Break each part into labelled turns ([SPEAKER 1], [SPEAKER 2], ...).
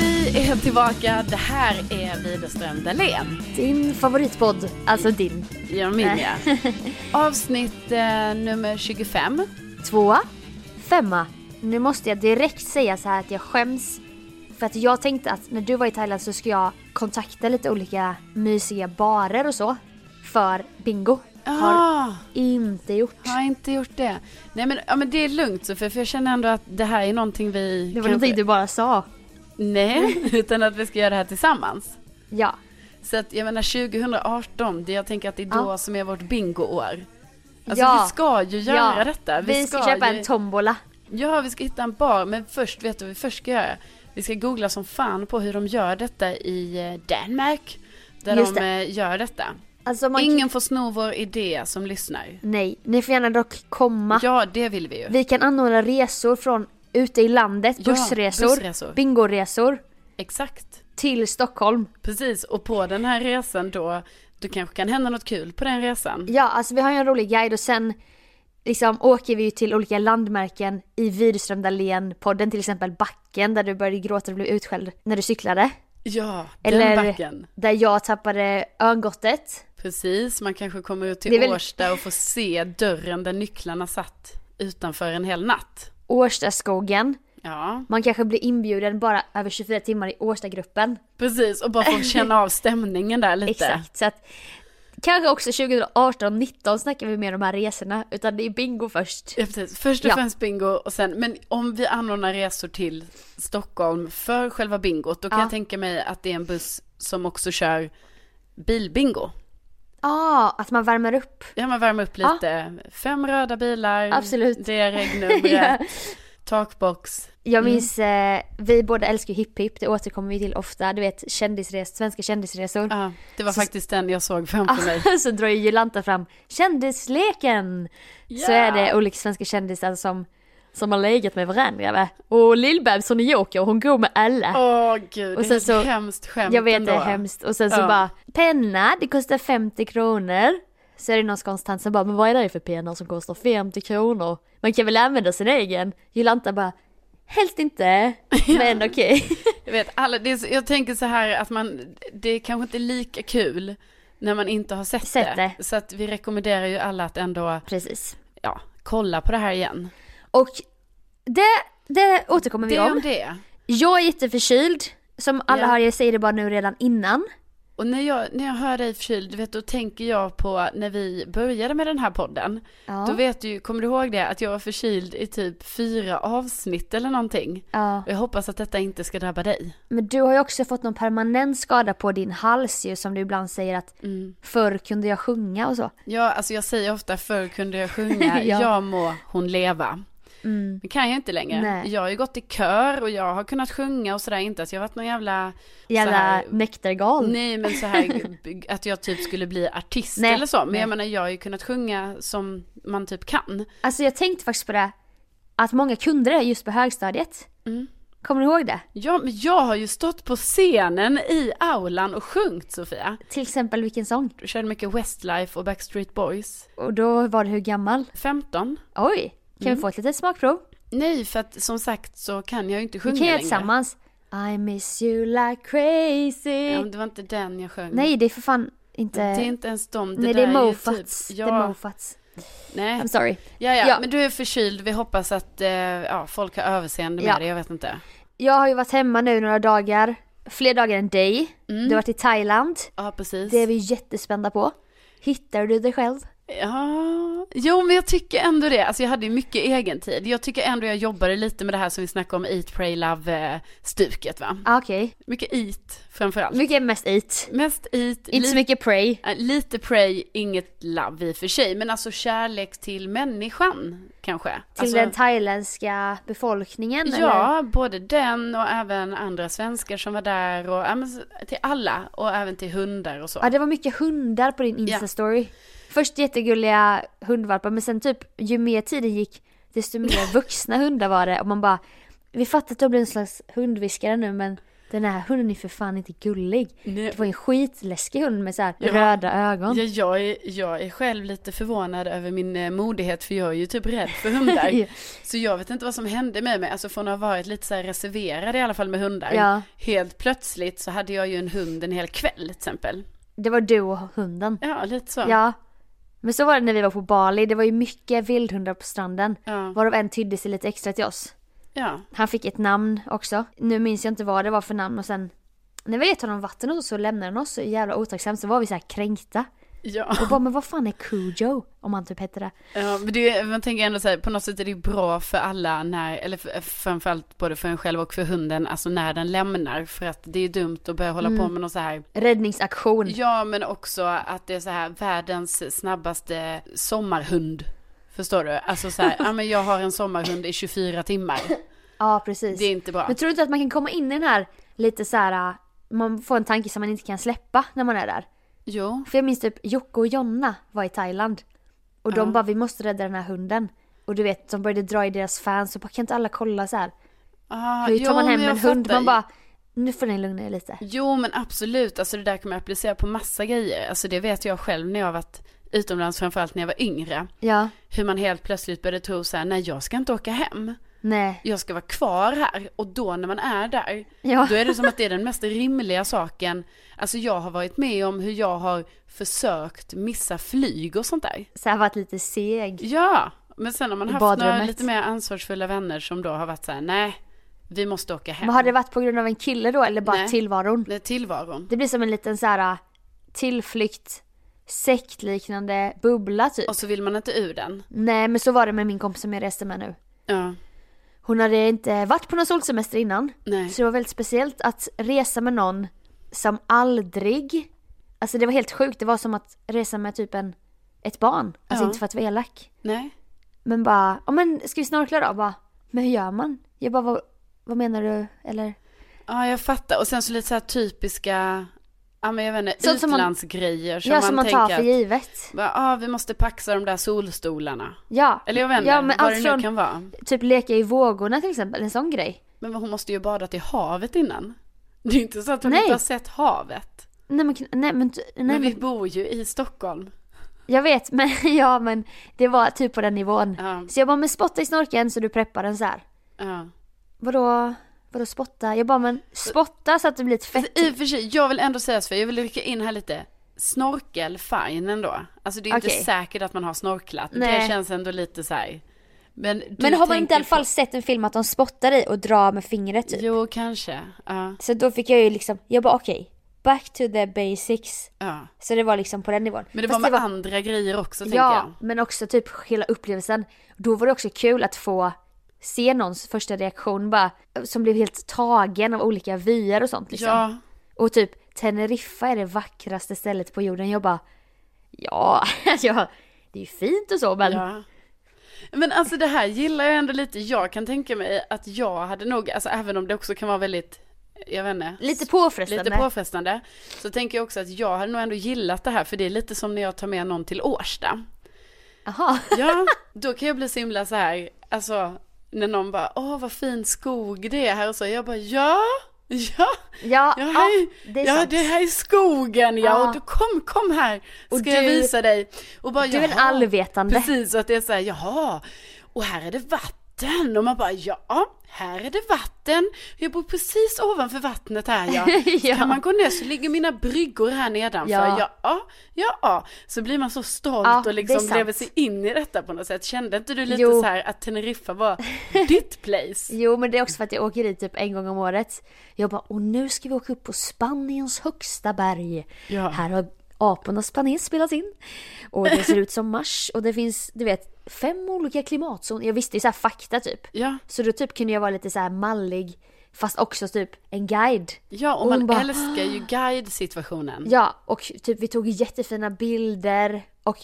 [SPEAKER 1] Vi är tillbaka. Det här är Widerström Dahlén.
[SPEAKER 2] Din favoritpodd, alltså din.
[SPEAKER 1] Ja, min ja. Avsnitt eh, nummer 25.
[SPEAKER 2] Tvåa, femma. Nu måste jag direkt säga så här att jag skäms. För att jag tänkte att när du var i Thailand så ska jag kontakta lite olika mysiga barer och så. För bingo. Har
[SPEAKER 1] Ah,
[SPEAKER 2] inte gjort.
[SPEAKER 1] har inte gjort det. Nej men, ja, men det är lugnt Sofie, för jag känner ändå att det här är någonting vi...
[SPEAKER 2] Det var
[SPEAKER 1] kanske-
[SPEAKER 2] någonting du bara sa.
[SPEAKER 1] Nej, utan att vi ska göra det här tillsammans.
[SPEAKER 2] Ja.
[SPEAKER 1] Så att jag menar 2018, det jag tänker att det är då
[SPEAKER 2] Ja.
[SPEAKER 1] som är vårt bingoår. Alltså
[SPEAKER 2] Ja.
[SPEAKER 1] vi ska ju göra
[SPEAKER 2] ja.
[SPEAKER 1] detta.
[SPEAKER 2] Vi, ska, köpa
[SPEAKER 1] ju...
[SPEAKER 2] en tombola.
[SPEAKER 1] Ja, vi ska hitta en bar, men först, vet du vad vi först ska göra? Vi ska googla som fan på hur de gör detta i eh, Danmark. Där
[SPEAKER 2] Just
[SPEAKER 1] de
[SPEAKER 2] det.
[SPEAKER 1] eh, gör detta.
[SPEAKER 2] Alltså man...
[SPEAKER 1] Ingen får sno vår idé som lyssnar.
[SPEAKER 2] Nej, ni får gärna dock komma.
[SPEAKER 1] Ja, det vill vi ju.
[SPEAKER 2] Vi kan anordna resor från ute i landet,
[SPEAKER 1] Ja,
[SPEAKER 2] bussresor,
[SPEAKER 1] bussresor.
[SPEAKER 2] bingoresor
[SPEAKER 1] Exakt.
[SPEAKER 2] till Stockholm.
[SPEAKER 1] Precis, och på den här resan då, det kanske kan hända något kul på den resan.
[SPEAKER 2] Ja, alltså vi har ju en rolig guide och sen liksom åker vi ju till olika landmärken i Widerström Dahlén-podden, till exempel backen där du började gråta och blev utskälld när du cyklade.
[SPEAKER 1] Ja,
[SPEAKER 2] Eller-
[SPEAKER 1] den backen.
[SPEAKER 2] Där jag tappade örngottet.
[SPEAKER 1] Precis, man kanske kommer ut
[SPEAKER 2] Det
[SPEAKER 1] till
[SPEAKER 2] är väl-
[SPEAKER 1] Årsta och får se dörren där nycklarna satt utanför en hel natt.
[SPEAKER 2] Årstaskogen.
[SPEAKER 1] Ja,
[SPEAKER 2] Man kanske blir inbjuden bara över 24 timmar i Årstagruppen.
[SPEAKER 1] precis, och bara få känna av stämningen där lite.
[SPEAKER 2] Exakt, så att kanske också 2018 19 snackar vi mer om de här resorna, utan det är bingo först.
[SPEAKER 1] Ja, precis. Först och
[SPEAKER 2] Ja.
[SPEAKER 1] främst bingo och sen, men om vi anordnar resor till Stockholm för själva bingot, då kan
[SPEAKER 2] Ja.
[SPEAKER 1] jag tänka mig att det är en buss som också kör bilbingo.
[SPEAKER 2] Ja, ah, att man värmer upp.
[SPEAKER 1] Ja, man värmer upp
[SPEAKER 2] Ja.
[SPEAKER 1] lite. Fem röda bilar,
[SPEAKER 2] Absolut.
[SPEAKER 1] det är regnumret,
[SPEAKER 2] Ja.
[SPEAKER 1] takbox.
[SPEAKER 2] Jag minns, eh, vi båda älskar ju Hipp Hipp, det återkommer vi till ofta. Du vet kändisres, svenska kändisresor.
[SPEAKER 1] Ja, det var
[SPEAKER 2] Så- Ah.
[SPEAKER 1] faktiskt den jag såg framför mig.
[SPEAKER 2] så drar ju Jolanta fram kändisleken.
[SPEAKER 1] Ja.
[SPEAKER 2] Så är det olika svenska kändisar som, som har legat med varandra va? Och Lill-Babs hon är joker och hon går med alla.
[SPEAKER 1] Åh gud,
[SPEAKER 2] Och
[SPEAKER 1] det är
[SPEAKER 2] sen så-
[SPEAKER 1] ett hemskt skämt
[SPEAKER 2] jag vet det är
[SPEAKER 1] ändå.
[SPEAKER 2] hemskt. Och sen så
[SPEAKER 1] Ja.
[SPEAKER 2] bara penna, det kostar 50 kronor. Så är det någon skånsk tant som bara, men vad är det för penna som kostar 50 kronor? Man kan väl använda sin egen? Jolanta bara, helst inte, men okej.
[SPEAKER 1] Jag vet, alla, det är, så- jag tänker så här att man, det är kanske inte lika kul när man inte har sett,
[SPEAKER 2] Sett
[SPEAKER 1] det.
[SPEAKER 2] det.
[SPEAKER 1] Så att vi rekommenderar ju alla att ändå,
[SPEAKER 2] Precis.
[SPEAKER 1] ja, kolla på det här igen.
[SPEAKER 2] Och det, det återkommer vi
[SPEAKER 1] Det är om
[SPEAKER 2] om.
[SPEAKER 1] det.
[SPEAKER 2] Jag är jätteförkyld. Som alla
[SPEAKER 1] Ja.
[SPEAKER 2] hör, jag säger det bara nu redan innan.
[SPEAKER 1] Och när jag, när jag hör dig förkyld, du vet, då tänker jag på när vi började med den här podden.
[SPEAKER 2] Ja.
[SPEAKER 1] Då vet du, kommer du ihåg det? Att jag var förkyld i typ fyra avsnitt eller någonting.
[SPEAKER 2] Ja.
[SPEAKER 1] Och jag hoppas att detta inte ska drabba dig.
[SPEAKER 2] Men du har ju också fått någon permanent skada på din hals ju som du ibland säger att
[SPEAKER 1] Mm.
[SPEAKER 2] förr kunde jag sjunga och så.
[SPEAKER 1] Ja, alltså jag säger ofta förr kunde jag sjunga,
[SPEAKER 2] Ja. Mm.
[SPEAKER 1] jag må hon leva. Det kan jag inte längre.
[SPEAKER 2] Nej.
[SPEAKER 1] Jag har ju gått i kör och jag har kunnat sjunga och sådär, inte att jag har varit någon jävla... så
[SPEAKER 2] Jävla
[SPEAKER 1] här-
[SPEAKER 2] näktergal.
[SPEAKER 1] Nej men så här b- att jag typ skulle bli artist
[SPEAKER 2] Nej,
[SPEAKER 1] eller så. Men
[SPEAKER 2] nej.
[SPEAKER 1] jag menar jag har ju kunnat sjunga som man typ kan.
[SPEAKER 2] Alltså jag tänkte faktiskt på det, att många kunde det just på högstadiet.
[SPEAKER 1] Mm.
[SPEAKER 2] Kommer du ihåg det?
[SPEAKER 1] Ja men jag har ju stått på scenen i aulan och sjungit Sofia.
[SPEAKER 2] Till exempel vilken sång?
[SPEAKER 1] Du körde mycket Westlife och Backstreet Boys.
[SPEAKER 2] Och då var du hur gammal?
[SPEAKER 1] 15?
[SPEAKER 2] Oj, kan
[SPEAKER 1] Mm.
[SPEAKER 2] vi få ett litet smakprov?
[SPEAKER 1] Nej för att som sagt så kan jag ju inte sjunga
[SPEAKER 2] Vi kan göra
[SPEAKER 1] längre.
[SPEAKER 2] tillsammans. I miss you like crazy.
[SPEAKER 1] Ja, men det var inte den jag sjöng.
[SPEAKER 2] Nej, det är för fan inte...
[SPEAKER 1] det är inte ens dem.
[SPEAKER 2] Nej, det
[SPEAKER 1] där
[SPEAKER 2] är
[SPEAKER 1] ju
[SPEAKER 2] mofats.
[SPEAKER 1] Typ,
[SPEAKER 2] Det är
[SPEAKER 1] ja,
[SPEAKER 2] mofats.
[SPEAKER 1] nej.
[SPEAKER 2] I'm sorry.
[SPEAKER 1] Ja, ja,
[SPEAKER 2] Ja.
[SPEAKER 1] men du är förkyld. Vi hoppas att eh, ja, folk har överseende med
[SPEAKER 2] Ja.
[SPEAKER 1] det. Jag vet inte.
[SPEAKER 2] Jag har ju varit hemma nu några dagar. Fler dagar än dig.
[SPEAKER 1] Mm.
[SPEAKER 2] Du har varit i Thailand.
[SPEAKER 1] Ja, precis.
[SPEAKER 2] Det är vi jättespända på. Hittar du dig själv?
[SPEAKER 1] Ja, jo men jag tycker ändå det. Alltså jag hade ju mycket egen tid. Jag tycker ändå jag jobbade lite med det här som vi snackade om, Eat, Pray, Love-stuket va.
[SPEAKER 2] Ah, Okej.
[SPEAKER 1] Mycket Eat framförallt.
[SPEAKER 2] Mycket är mest eat.
[SPEAKER 1] Mest Eat,
[SPEAKER 2] Inte så
[SPEAKER 1] li-
[SPEAKER 2] mycket pray.
[SPEAKER 1] äh, lite Pray, inget Love i och för sig. Men alltså kärlek till människan kanske.
[SPEAKER 2] Till
[SPEAKER 1] alltså,
[SPEAKER 2] den thailändska befolkningen eller?
[SPEAKER 1] Ja, både den och även andra svenskar som var där och ja, men så- till alla och även till hundar och så.
[SPEAKER 2] Ja, det var mycket hundar på din Insta-story. Först jättegulliga hundvalpar men sen typ ju mer tiden gick desto mer vuxna hundar var det och man bara Vi fattar att du har blivit en slags hundviskare nu men den här hunden är för fan inte gullig.
[SPEAKER 1] Nej.
[SPEAKER 2] Det var en skitläskig hund med så här
[SPEAKER 1] Ja.
[SPEAKER 2] röda ögon.
[SPEAKER 1] Ja, jag, är, jag är själv lite förvånad över min eh, modighet för jag är ju typ rädd för hundar.
[SPEAKER 2] Ja.
[SPEAKER 1] Så jag vet inte vad som hände med mig, alltså från att ha varit lite så här reserverad i alla fall med hundar.
[SPEAKER 2] Ja.
[SPEAKER 1] Helt plötsligt så hade jag ju en hund en hel kväll till exempel.
[SPEAKER 2] Det var du och hunden.
[SPEAKER 1] Ja, lite så.
[SPEAKER 2] Ja. Men så var det när vi var på Bali. Det var ju mycket vildhundar på stranden.
[SPEAKER 1] Ja.
[SPEAKER 2] Varav en tydde sig lite extra till oss.
[SPEAKER 1] Ja.
[SPEAKER 2] Han fick ett namn också. Nu minns jag inte vad det var för namn och sen när vi gett honom vatten och så lämnade han oss så jävla otacksamt så var vi så här kränkta.
[SPEAKER 1] Ja.
[SPEAKER 2] Och bara men vad fan är Cujo? Om han typ hette det.
[SPEAKER 1] ja, men det, är- man tänker ändå så här, på något sätt är det ju bra för alla när, eller för, framförallt både för en själv och för hunden, alltså när den lämnar. För att det är ju dumt att börja hålla på
[SPEAKER 2] Mm.
[SPEAKER 1] med någon så här
[SPEAKER 2] Räddningsaktion.
[SPEAKER 1] Ja, men också att det är så här världens snabbaste sommarhund. Förstår du? Alltså så här, ja men jag har en sommarhund i 24 timmar.
[SPEAKER 2] Ja, precis.
[SPEAKER 1] Det är inte bra.
[SPEAKER 2] Men tror du inte att man kan komma in i den här lite så här, äh, man får en tanke som man inte kan släppa när man är där.
[SPEAKER 1] Jo.
[SPEAKER 2] För jag minns typ Jocke och Jonna var i Thailand. Och de bara vi måste rädda den här hunden. Och du vet de började dra i deras fans och bara kan inte alla kolla så här.
[SPEAKER 1] Ah,
[SPEAKER 2] Hur tar
[SPEAKER 1] jo,
[SPEAKER 2] man hem
[SPEAKER 1] men jag
[SPEAKER 2] en hund?
[SPEAKER 1] fattar.
[SPEAKER 2] Man bara nu får ni lugna er lite.
[SPEAKER 1] Jo men absolut, alltså det där kan man applicera på massa grejer. Alltså det vet jag själv när jag varit utomlands, framförallt när jag var yngre.
[SPEAKER 2] Ja,
[SPEAKER 1] Hur man helt plötsligt började tro så här, nej jag ska inte åka hem.
[SPEAKER 2] nej.
[SPEAKER 1] jag ska vara kvar här och då när man är där
[SPEAKER 2] Ja.
[SPEAKER 1] då är det som att det är den mest rimliga saken. Alltså jag har varit med om hur jag har försökt missa flyg och sånt där.
[SPEAKER 2] Så jag har varit lite seg.
[SPEAKER 1] Ja, men sen har man
[SPEAKER 2] I
[SPEAKER 1] haft några
[SPEAKER 2] badrummet.
[SPEAKER 1] lite mer ansvarsfulla vänner som då har varit så här: nej, vi måste åka hem.
[SPEAKER 2] Men har det varit på grund av en kille då eller bara
[SPEAKER 1] Nej.
[SPEAKER 2] tillvaron?
[SPEAKER 1] Det är tillvaron.
[SPEAKER 2] Det blir som en liten så här äh, tillflykt, sektliknande bubbla typ.
[SPEAKER 1] Och så vill man inte ur den.
[SPEAKER 2] Nej men så var det med min kompis som jag reste med nu.
[SPEAKER 1] Ja,
[SPEAKER 2] Hon hade inte varit på någon solsemester innan.
[SPEAKER 1] nej.
[SPEAKER 2] Så det var väldigt speciellt att resa med någon som aldrig, alltså det var helt sjukt, det var som att resa med typ en, ett barn. Alltså
[SPEAKER 1] Ja.
[SPEAKER 2] inte för att vara elak.
[SPEAKER 1] Nej.
[SPEAKER 2] Men bara, ja men ska vi snorkla då? Bara, men hur gör man? Jag bara, vad, vad menar du? Eller?
[SPEAKER 1] Ja, jag fattar. Och sen så lite så här typiska, ja men jag vet inte,
[SPEAKER 2] Sånt som man-
[SPEAKER 1] utlandsgrejer som,
[SPEAKER 2] ja, som man tar
[SPEAKER 1] tänker
[SPEAKER 2] för
[SPEAKER 1] att,
[SPEAKER 2] givet.
[SPEAKER 1] bara, ja vi måste paxa de där solstolarna.
[SPEAKER 2] Ja.
[SPEAKER 1] Eller jag vet inte,
[SPEAKER 2] ja, men
[SPEAKER 1] vad
[SPEAKER 2] allt
[SPEAKER 1] det nu
[SPEAKER 2] från
[SPEAKER 1] kan vara.
[SPEAKER 2] typ leka i vågorna till exempel, en sån grej.
[SPEAKER 1] Men hon måste ju bada till havet innan. Det är inte så att hon
[SPEAKER 2] Nej.
[SPEAKER 1] inte har sett havet.
[SPEAKER 2] Nej men, nej, men, nej,
[SPEAKER 1] men
[SPEAKER 2] men,
[SPEAKER 1] vi bor ju i Stockholm.
[SPEAKER 2] jag vet men ja men det var typ på den nivån.
[SPEAKER 1] Ja.
[SPEAKER 2] Så jag bara, men spotta i snorkeln så du preppar den så här.
[SPEAKER 1] Ja.
[SPEAKER 2] Vadå, vadå spotta? Jag bara men spotta så att det blir ett fett. typ."
[SPEAKER 1] Fast Alltså, I och för sig, jag vill ändå säga så, för jag vill rycka in här lite. Snorkel, fine ändå. Alltså det är inte
[SPEAKER 2] Okej.
[SPEAKER 1] säkert att man har snorklat.
[SPEAKER 2] Nej.
[SPEAKER 1] Det känns ändå lite så här. Men, du
[SPEAKER 2] Men har man
[SPEAKER 1] tänker
[SPEAKER 2] inte i alla fall
[SPEAKER 1] på-
[SPEAKER 2] sett en film att de spottar i och drar med fingret typ?
[SPEAKER 1] Jo, kanske. Ja.
[SPEAKER 2] Så då fick jag ju liksom, jag bara okej, back to the basics.
[SPEAKER 1] ja.
[SPEAKER 2] Så det var liksom på den nivån.
[SPEAKER 1] Men det
[SPEAKER 2] Fast
[SPEAKER 1] var med andra grejer också, tänker
[SPEAKER 3] Ja,
[SPEAKER 1] jag.
[SPEAKER 3] men också typ hela upplevelsen. Då var det också kul att få se någons första reaktion bara, som blev helt tagen av olika vyer och sånt liksom.
[SPEAKER 1] Ja,
[SPEAKER 3] Och typ Teneriffa är det vackraste stället på jorden. Jag bara, ja, ja det är ju fint och så men
[SPEAKER 1] Ja. Men alltså det här gillar jag ändå lite. Jag kan tänka mig att jag hade nog, alltså även om det också kan vara väldigt, jag vet inte.
[SPEAKER 3] lite påfrestande.
[SPEAKER 1] Lite påfrestande. Så tänker jag också att jag hade nog ändå gillat det här för det är lite som när jag tar med någon till Årsta.
[SPEAKER 3] Aha.
[SPEAKER 1] Ja, då kan jag bli så himla så här, alltså när någon bara, åh vad fin skog det är här och så. Jag bara, ja, ja,
[SPEAKER 3] Ja,
[SPEAKER 1] ja,
[SPEAKER 3] ja,
[SPEAKER 1] hej,
[SPEAKER 3] det är
[SPEAKER 1] ja
[SPEAKER 3] sant.
[SPEAKER 1] det här är skogen ja,
[SPEAKER 3] Ja.
[SPEAKER 1] och du kom, kom här, ska
[SPEAKER 3] Och
[SPEAKER 1] jag
[SPEAKER 3] du-
[SPEAKER 1] visa dig. Och bara,
[SPEAKER 3] Du är en
[SPEAKER 1] "Jaha."
[SPEAKER 3] allvetande.
[SPEAKER 1] Precis, och att det är så här, jaha, och här är det vatten. Och man bara, ja, här är det vatten. Jag bor precis ovanför vattnet här ja.
[SPEAKER 3] Ja.
[SPEAKER 1] Så Kan man gå ner så ligger mina bryggor här nedanför.
[SPEAKER 3] Ja.
[SPEAKER 1] Ja, ja, ja. Så blir man så stolt
[SPEAKER 3] Ja,
[SPEAKER 1] och
[SPEAKER 3] det är
[SPEAKER 1] liksom
[SPEAKER 3] sant.
[SPEAKER 1] lever sig in i detta på något sätt. Kände inte du lite
[SPEAKER 3] Jo.
[SPEAKER 1] så här att Teneriffa var ditt place?
[SPEAKER 3] Jo men det är också för att jag åker dit typ en gång om året. Jag bara, och nu ska vi åka upp på Spaniens högsta berg.
[SPEAKER 1] Ja.
[SPEAKER 3] Här har apornas planet spelats in. Och det ser ut som Mars och det finns, du vet, fem olika klimatzoner. Jag visste ju så här fakta typ.
[SPEAKER 1] Ja,
[SPEAKER 3] Så då typ kunde jag vara lite så här mallig fast också typ en guide.
[SPEAKER 1] ja och
[SPEAKER 3] Och
[SPEAKER 1] man
[SPEAKER 3] hon bara,
[SPEAKER 1] älskar ju guide-situationen.
[SPEAKER 3] Ja, och typ vi tog jättefina bilder och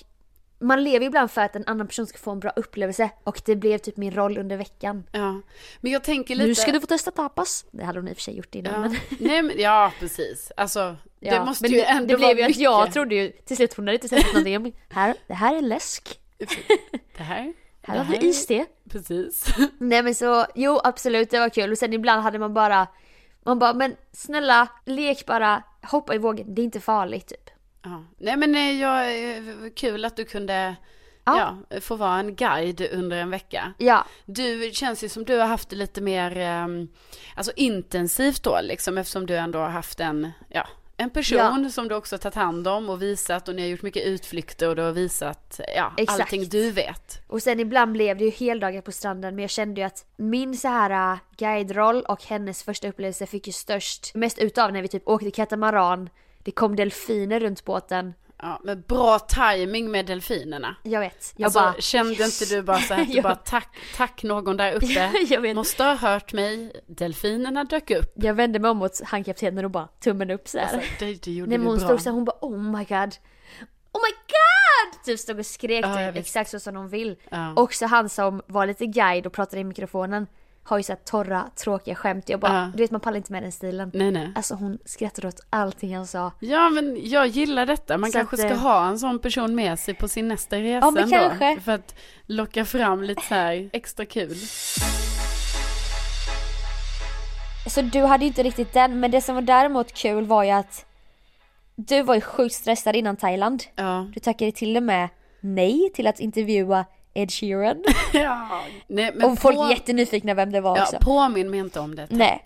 [SPEAKER 3] man lever ju ibland för att en annan person ska få en bra upplevelse och det blev typ min roll under veckan.
[SPEAKER 1] Ja. Men jag tänker lite...
[SPEAKER 3] Nu ska du få testa tapas. Det hade hon i och för sig gjort innan.
[SPEAKER 1] Ja.
[SPEAKER 3] Men...
[SPEAKER 1] Nej, men, ja, precis. Alltså, det
[SPEAKER 3] Ja,
[SPEAKER 1] måste
[SPEAKER 3] men
[SPEAKER 1] ju ändå
[SPEAKER 3] Det
[SPEAKER 1] vara
[SPEAKER 3] blev ju att
[SPEAKER 1] mycket.
[SPEAKER 3] jag trodde ju till slut hon hade inte sett någonting. Jag bara, Här, det här är läsk.
[SPEAKER 1] Det här,
[SPEAKER 3] Här har du iste.
[SPEAKER 1] Precis.
[SPEAKER 3] Nej men så, jo absolut det var kul och sen ibland hade man bara, man bara men snälla lek bara, hoppa i vågen, det är inte farligt typ.
[SPEAKER 1] Ja. Nej men eh, jag, eh, kul att du kunde ja.
[SPEAKER 3] Ja.
[SPEAKER 1] få vara en guide under en vecka.
[SPEAKER 3] Ja,
[SPEAKER 1] Du, känns ju som du har haft det lite mer ehm, alltså intensivt då liksom eftersom du ändå har haft en, ja, en person som du också har tagit hand om och visat och ni har gjort mycket utflykter och du har visat ja,
[SPEAKER 3] Exakt.
[SPEAKER 1] allting du vet.
[SPEAKER 3] och sen ibland blev det ju heldagar på stranden men jag kände ju att min så här äh, guideroll och hennes första upplevelse fick ju störst, mest utav när vi typ åkte katamaran, det kom delfiner runt båten.
[SPEAKER 1] Ja, men bra timing med delfinerna.
[SPEAKER 3] Jag vet, jag
[SPEAKER 1] Jag alltså,
[SPEAKER 3] bara
[SPEAKER 1] kände
[SPEAKER 3] yes.
[SPEAKER 1] inte du bara så här, att du
[SPEAKER 3] Ja.
[SPEAKER 1] bara tack, tack någon där uppe.
[SPEAKER 3] Jag vet.
[SPEAKER 1] Måste ha hört mig. Delfinerna dök upp.
[SPEAKER 3] Jag vände mig om mot handkaptenen och bara tummen upp så här.
[SPEAKER 1] Alltså, det, det gjorde
[SPEAKER 3] Nej men
[SPEAKER 1] vi
[SPEAKER 3] hon
[SPEAKER 1] bra.
[SPEAKER 3] stod så här, hon bara oh my god. Oh my god! Typ stod och skrek
[SPEAKER 1] Ja, jag
[SPEAKER 3] typ,
[SPEAKER 1] vet.
[SPEAKER 3] exakt så som hon vill.
[SPEAKER 1] Ja.
[SPEAKER 3] Också han som var lite guide och pratade i mikrofonen har ju så här torra, tråkiga skämt. Jag bara,
[SPEAKER 1] Ja.
[SPEAKER 3] du vet man pallar inte med den stilen.
[SPEAKER 1] Nej, nej.
[SPEAKER 3] Alltså hon skrattade åt allting han sa.
[SPEAKER 1] Ja men jag gillar detta. Man
[SPEAKER 3] Så
[SPEAKER 1] kanske
[SPEAKER 3] att,
[SPEAKER 1] ska
[SPEAKER 3] eh,
[SPEAKER 1] ha en sån person med sig på sin nästa resa
[SPEAKER 3] Ja, men
[SPEAKER 1] ändå,
[SPEAKER 3] kanske.
[SPEAKER 1] För att locka fram lite så här extra kul.
[SPEAKER 2] Så du hade ju inte riktigt den, men det som var däremot kul var ju att du var ju sjukt stressad innan Thailand.
[SPEAKER 1] Ja.
[SPEAKER 2] Du tackade till och med nej till att intervjua Ed Sheeran.
[SPEAKER 1] ja. Nej, men
[SPEAKER 2] och folk
[SPEAKER 1] på-
[SPEAKER 2] är jättenyfikna vem det var
[SPEAKER 1] ja,
[SPEAKER 2] också.
[SPEAKER 1] Påminn mig inte om det tack.
[SPEAKER 2] Nej.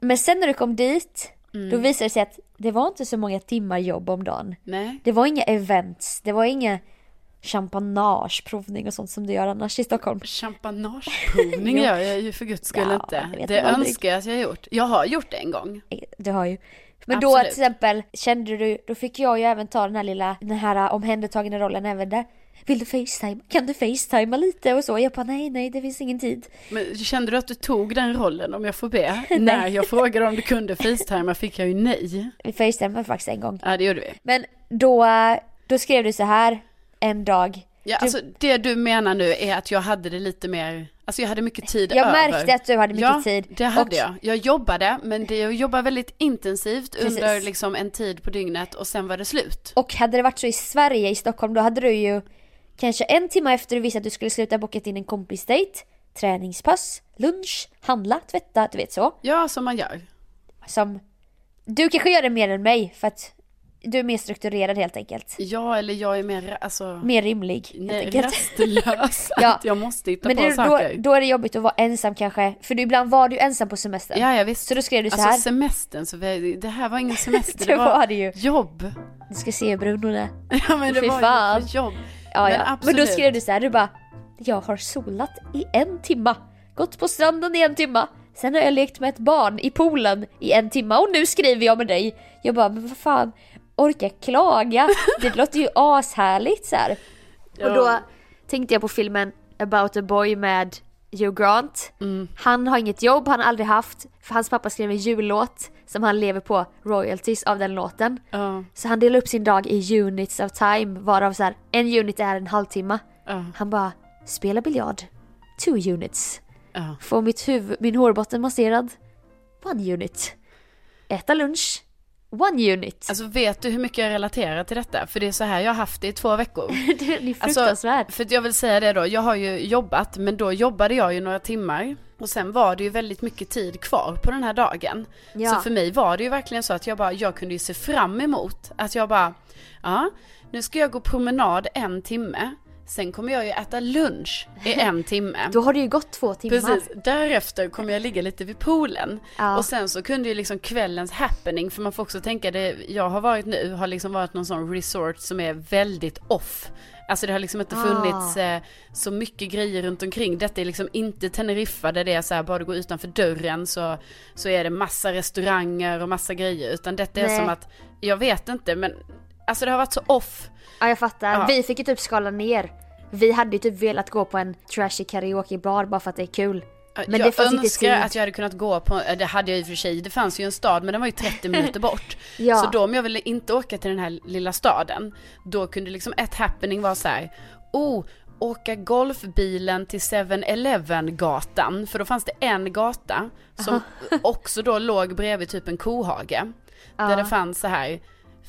[SPEAKER 2] Men sen när du kom dit,
[SPEAKER 1] Mm.
[SPEAKER 2] då visade det sig att det var inte så många timmar jobb om dagen.
[SPEAKER 1] Nej.
[SPEAKER 2] Det var inga events, det var inga champagneprovning och sånt som du gör annars i Stockholm.
[SPEAKER 1] Champanageprovning
[SPEAKER 2] Jo.
[SPEAKER 1] gör jag ju för guds skull
[SPEAKER 2] Ja,
[SPEAKER 1] inte.
[SPEAKER 2] jag vet
[SPEAKER 1] Det
[SPEAKER 2] inte vad det-
[SPEAKER 1] önskar jag att jag har gjort. Jag har gjort det en gång.
[SPEAKER 2] Du har ju. Men då
[SPEAKER 1] Absolut.
[SPEAKER 2] till exempel kände du, då fick jag ju även ta den här lilla, den här omhändertagande rollen även där. Vill du facetime? Kan du facetima lite och så? Jag bara nej, nej, det finns ingen tid.
[SPEAKER 1] Men kände du att du tog den rollen om jag får be? När jag frågade om du kunde facetima fick jag ju nej.
[SPEAKER 2] Vi facetimade faktiskt en gång.
[SPEAKER 1] Ja det gjorde vi.
[SPEAKER 2] Men då, eh, då skrev du så här en dag.
[SPEAKER 1] Ja,
[SPEAKER 2] Du-
[SPEAKER 1] alltså, det du menar nu är att jag hade det lite mer, alltså jag hade mycket tid
[SPEAKER 2] Jag
[SPEAKER 1] över.
[SPEAKER 2] märkte att du hade mycket
[SPEAKER 1] ja,
[SPEAKER 2] tid.
[SPEAKER 1] det hade
[SPEAKER 2] Och-
[SPEAKER 1] jag. Jag jobbade, men det, jag jobbade väldigt intensivt
[SPEAKER 2] Precis.
[SPEAKER 1] under liksom en tid på dygnet och sen var det slut.
[SPEAKER 2] Och hade det varit så i Sverige, i Stockholm, då hade du ju kanske en timme efter du visste att du skulle sluta bokat in en kompisdejt, träningspass, lunch, handla, tvätta, du vet så.
[SPEAKER 1] Ja, som man gör.
[SPEAKER 2] Som, du kanske gör det mer än mig för att du är mer strukturerad helt enkelt.
[SPEAKER 1] Ja, eller jag är mer, alltså,
[SPEAKER 2] Mer rimlig helt
[SPEAKER 1] nej,
[SPEAKER 2] enkelt.
[SPEAKER 1] rastlös.
[SPEAKER 2] Ja.
[SPEAKER 1] Att jag måste hitta
[SPEAKER 2] Men
[SPEAKER 1] på
[SPEAKER 2] det, då,
[SPEAKER 1] saker.
[SPEAKER 2] då är det jobbigt att vara ensam kanske, för du, ibland var du ju ensam på semestern.
[SPEAKER 1] Ja, ja, visst.
[SPEAKER 2] Så då skrev du så här.
[SPEAKER 1] Alltså semestern, så vi- det här var ingen semester,
[SPEAKER 2] Det var det ju.
[SPEAKER 1] jobb.
[SPEAKER 2] Du ska se hur brun hon är.
[SPEAKER 1] Ja men det
[SPEAKER 2] Fy
[SPEAKER 1] var
[SPEAKER 2] fan.
[SPEAKER 1] ju ett jobb.
[SPEAKER 2] Ja,
[SPEAKER 1] Men
[SPEAKER 2] men, ja. men då
[SPEAKER 1] absolut.
[SPEAKER 2] skrev du så här, du bara Jag har solat i en timma, gått på stranden i en timma, sen har jag lekt med ett barn i poolen i en timma och nu skriver jag med dig. Jag bara, men vad fan, orka klaga? Det låter ju ashärligt så här.
[SPEAKER 3] Och då tänkte jag på filmen About a boy med Hugh Grant. Han har inget jobb, han har aldrig haft, för hans pappa skrev en jullåt som han lever på royalties av den låten.
[SPEAKER 1] Ja.
[SPEAKER 3] Så han delar upp sin dag i units of time varav så här, en unit är en halvtimme.
[SPEAKER 1] Ja.
[SPEAKER 3] Han bara, spela biljard, two units.
[SPEAKER 1] Ja.
[SPEAKER 3] Få mitt huvud, min hårbotten masserad, one unit. Äta lunch, one unit.
[SPEAKER 1] Alltså vet du hur mycket jag relaterar till detta? För det är så här jag har haft det i två veckor.
[SPEAKER 3] det är fruktansvärt.
[SPEAKER 1] Alltså, för att jag vill säga det då, jag har ju jobbat men då jobbade jag ju några timmar och sen var det ju väldigt mycket tid kvar på den här dagen.
[SPEAKER 3] Ja.
[SPEAKER 1] Så för mig var det ju verkligen så att jag bara, jag kunde ju se fram emot att jag bara, ja, nu ska jag gå promenad en timme, sen kommer jag ju äta lunch i en timme.
[SPEAKER 3] då har det ju gått två timmar.
[SPEAKER 1] Precis, därefter kommer jag ligga lite vid poolen.
[SPEAKER 3] Ja.
[SPEAKER 1] Och sen så kunde ju liksom kvällens happening, för man får också tänka det jag har varit nu har liksom varit någon sån resort som är väldigt off. Alltså det har liksom inte
[SPEAKER 3] Ah.
[SPEAKER 1] funnits eh, så mycket grejer runt omkring. Detta är liksom inte Teneriffa där det är så här bara du går utanför dörren så, så är det massa restauranger och massa grejer. Utan detta är
[SPEAKER 3] Nej.
[SPEAKER 1] som att, jag vet inte men alltså det har varit så off.
[SPEAKER 3] Ja jag fattar.
[SPEAKER 1] Ja.
[SPEAKER 3] Vi fick ju typ skala ner. Vi hade ju typ velat gå på en trashy karaokebar bara för att det är kul. Men
[SPEAKER 1] jag
[SPEAKER 3] det fanns inte
[SPEAKER 1] önskar
[SPEAKER 3] tid.
[SPEAKER 1] att jag hade kunnat gå på, eh, det hade jag i och för sig, det fanns ju en stad men den var ju 30 minuter bort.
[SPEAKER 3] Ja.
[SPEAKER 1] Så då om jag ville inte åka till den här lilla staden, då kunde liksom ett happening vara så här, oh, åka golfbilen till 7-Eleven gatan, för då fanns det en gata som också då låg bredvid typ en kohage. Där det fanns så här,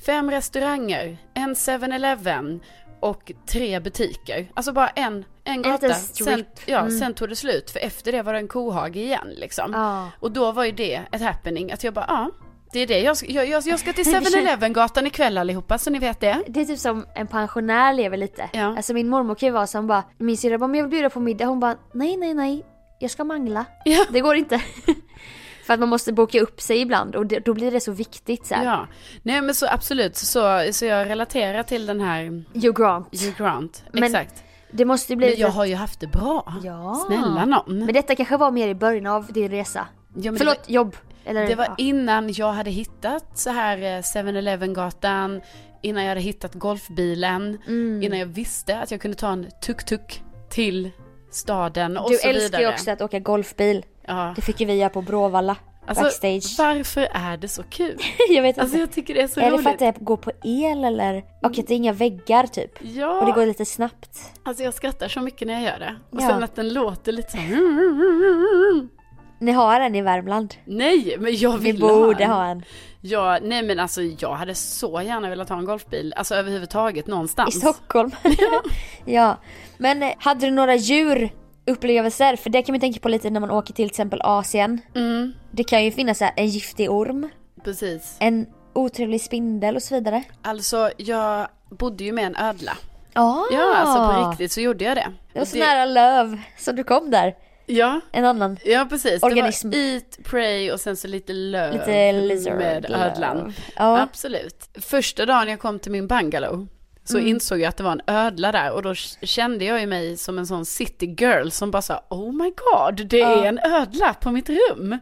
[SPEAKER 1] fem restauranger, en 7-Eleven och tre butiker. Alltså bara en, en
[SPEAKER 3] En liten
[SPEAKER 1] gata. Sen,
[SPEAKER 3] strip.
[SPEAKER 1] ja, sen tog det slut för efter det var det en kohage igen liksom.
[SPEAKER 3] Ja.
[SPEAKER 1] Och då var ju det ett happening att jag bara, ja. Det är det, jag ska, jag, jag jag ska till 7-Eleven-gatan ikväll allihopa så ni vet det.
[SPEAKER 3] Det är typ som en pensionär lever lite.
[SPEAKER 1] Ja.
[SPEAKER 3] Alltså min mormor kan ju vara som bara, min syrra bara men jag vill bjuda på middag. Hon bara nej nej nej, jag ska mangla.
[SPEAKER 1] Ja.
[SPEAKER 3] Det går inte. för att man måste boka upp sig ibland och det, då blir det så viktigt så här.
[SPEAKER 1] Ja, nej men så absolut, så, så jag relaterar till den här
[SPEAKER 3] Hugh Grant.
[SPEAKER 1] Hugh Grant.
[SPEAKER 3] Men-
[SPEAKER 1] Exakt.
[SPEAKER 3] Det måste ju bli
[SPEAKER 1] Men jag
[SPEAKER 3] att-
[SPEAKER 1] har ju haft det bra.
[SPEAKER 3] Ja.
[SPEAKER 1] Snälla någon.
[SPEAKER 3] Men detta kanske var mer i början av din resa.
[SPEAKER 1] Ja, men det
[SPEAKER 3] Förlåt,
[SPEAKER 1] var-
[SPEAKER 3] jobb. Eller,
[SPEAKER 1] Det var
[SPEAKER 3] ja.
[SPEAKER 1] innan jag hade hittat så här eh, 7-Eleven-gatan, innan jag hade hittat golfbilen,
[SPEAKER 2] Mm.
[SPEAKER 1] innan jag visste att jag kunde ta en tuk-tuk till staden och
[SPEAKER 2] Du
[SPEAKER 1] så
[SPEAKER 2] älskar
[SPEAKER 1] vidare.
[SPEAKER 2] ju också att åka golfbil.
[SPEAKER 1] Ja.
[SPEAKER 2] Det fick ju vi göra på Bråvalla
[SPEAKER 1] Alltså,
[SPEAKER 2] backstage.
[SPEAKER 1] varför är det så kul?
[SPEAKER 2] jag vet inte.
[SPEAKER 1] Alltså jag tycker det är så
[SPEAKER 2] eller
[SPEAKER 1] roligt. Mm.
[SPEAKER 2] för att det går på el eller... Och att det är inga väggar typ.
[SPEAKER 1] Ja.
[SPEAKER 2] Och det går lite snabbt.
[SPEAKER 1] Alltså jag skrattar så mycket när jag gör det. Och
[SPEAKER 2] Ja.
[SPEAKER 1] sen att den låter lite så här. "Mm,
[SPEAKER 2] Ni har en i Värmland.
[SPEAKER 1] Nej, men jag
[SPEAKER 2] Ni
[SPEAKER 1] vill
[SPEAKER 2] borde ha en.
[SPEAKER 1] Ja, nej men alltså jag hade så gärna velat ha en golfbil. Alltså överhuvudtaget
[SPEAKER 2] I
[SPEAKER 1] någonstans.
[SPEAKER 2] Stockholm. Ja. Men eh, hade du några djurupplevelser? För det kan man tänka på lite när man åker till exempel Asien.
[SPEAKER 1] Mm,
[SPEAKER 2] Det kan ju finnas så här, en giftig orm,
[SPEAKER 1] precis.
[SPEAKER 2] en otrevlig spindel och så vidare.
[SPEAKER 1] Alltså jag bodde ju med en ödla.
[SPEAKER 2] Ah,
[SPEAKER 1] Ja, alltså på riktigt så gjorde jag det.
[SPEAKER 2] Det var
[SPEAKER 1] Och
[SPEAKER 2] så nära löv som du kom där.
[SPEAKER 1] Ja,
[SPEAKER 2] En annan.
[SPEAKER 1] ja precis.
[SPEAKER 2] Organism.
[SPEAKER 1] Det var eat, pray och sen så lite löv
[SPEAKER 2] Lite lizard
[SPEAKER 1] med
[SPEAKER 2] löv.
[SPEAKER 1] ödlan.
[SPEAKER 2] Ja.
[SPEAKER 1] Absolut. Första dagen jag kom till min bungalow så
[SPEAKER 2] Mm.
[SPEAKER 1] insåg jag att det var en ödla där och då k- kände jag ju mig som en sån city girl som bara sa oh my god det är en ödla på mitt rum.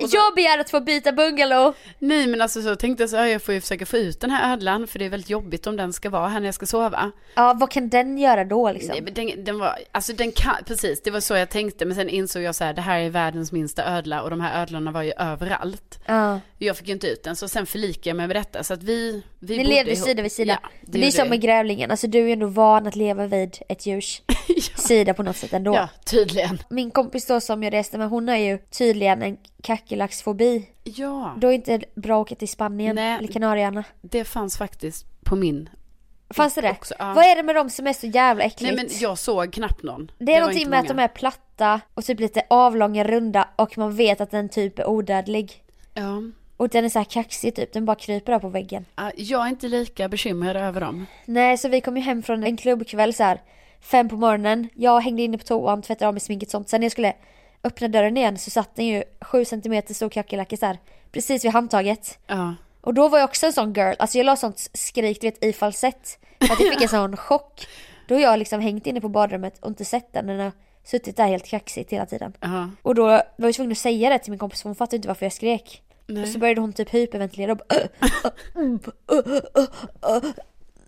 [SPEAKER 1] Och så,
[SPEAKER 2] Jag begär att få byta bungalow!
[SPEAKER 1] Nej men alltså så tänkte jag så här, jag får ju försöka få ut den här ödlan för det är väldigt jobbigt om den ska vara här när jag ska sova.
[SPEAKER 2] Ja, vad kan den göra då liksom?
[SPEAKER 1] Nej, men den, den var, alltså den kan, precis, det var så jag tänkte, men sen insåg jag så här, det här är världens minsta ödla och de här ödlorna var ju överallt.
[SPEAKER 2] Ja.
[SPEAKER 1] Jag fick ju inte ut den, så sen förlikade jag mig med detta, så att vi, vi
[SPEAKER 2] Ni
[SPEAKER 1] bodde
[SPEAKER 2] levde
[SPEAKER 1] ihop.
[SPEAKER 2] sida vid sida.
[SPEAKER 1] Ja,
[SPEAKER 2] men det är ju som med grävlingen, alltså du är ju ändå van att leva vid ett djurs sida på något sätt ändå.
[SPEAKER 1] Ja, tydligen.
[SPEAKER 2] Min kompis då som jag reste med, hon har ju tydligen en kackerlacksfobi.
[SPEAKER 1] Ja,
[SPEAKER 2] Då är det inte bra att åka till Spanien
[SPEAKER 1] Nej.
[SPEAKER 2] eller Kanarieöarna.
[SPEAKER 1] det fanns faktiskt på min.
[SPEAKER 2] Fanns det det?
[SPEAKER 1] Också, ja.
[SPEAKER 2] Vad är det med dem som är så jävla äckligt?
[SPEAKER 1] Nej men jag såg knappt någon.
[SPEAKER 2] Det är
[SPEAKER 1] var
[SPEAKER 2] någonting
[SPEAKER 1] inte
[SPEAKER 2] med att
[SPEAKER 1] många.
[SPEAKER 2] de är platta och typ lite avlånga, runda och man vet att den typ är odödlig.
[SPEAKER 1] Ja.
[SPEAKER 2] Och den är så här kaxig typ, den bara kryper där på väggen.
[SPEAKER 1] Ja, Jag är inte lika bekymrad över dem.
[SPEAKER 2] Nej, så vi kom ju hem från en klubbkväll så här fem på morgonen. Jag hängde inne på toan, tvättade av mig sminket och sånt. Sen när jag skulle öppna dörren igen så satt den ju sju centimeter stor kackerlacka så här precis vid handtaget.
[SPEAKER 1] Ja.
[SPEAKER 2] Och då var jag också en sån girl, alltså jag la sånt skrik du vet i falsett. För att jag fick en sån chock. Då har jag liksom hängt inne på badrummet och inte sett den. Den har suttit där helt kaxigt hela tiden.
[SPEAKER 1] Jaha.
[SPEAKER 2] Och då var jag tvungen att säga det till min kompis för hon fattade inte varför jag skrek.
[SPEAKER 1] Nej.
[SPEAKER 2] Och så började hon typ hyperventilera och bara, "Åh, mm, åh, åh, åh,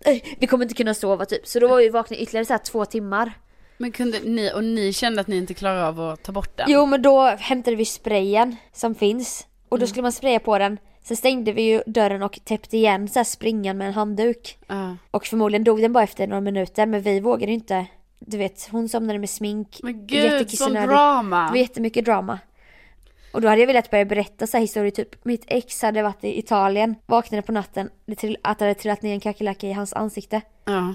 [SPEAKER 2] nej, Vi kommer inte kunna sova typ. Så då var vi vakna ytterligare så här två timmar.
[SPEAKER 1] Men kunde ni, och ni kände att ni inte klarade av att ta bort den?
[SPEAKER 2] Jo men då hämtade vi sprayen som finns. Och
[SPEAKER 1] Mm.
[SPEAKER 2] då skulle man spraya på den. Sen stängde vi ju dörren och täppte igen så här springan med en handduk.
[SPEAKER 1] Ja.
[SPEAKER 2] Och förmodligen dog den bara efter några minuter men vi vågade ju inte. Du vet, hon somnade med smink.
[SPEAKER 1] Men gud, sån
[SPEAKER 2] jättekissnödig.
[SPEAKER 1] drama!
[SPEAKER 2] Det var jättemycket drama. Och då hade jag velat börja berätta så här historier, typ mitt ex hade varit i Italien, vaknade på natten, det till, att det hade trillat ner en kackerlacka i hans ansikte.
[SPEAKER 1] Ja.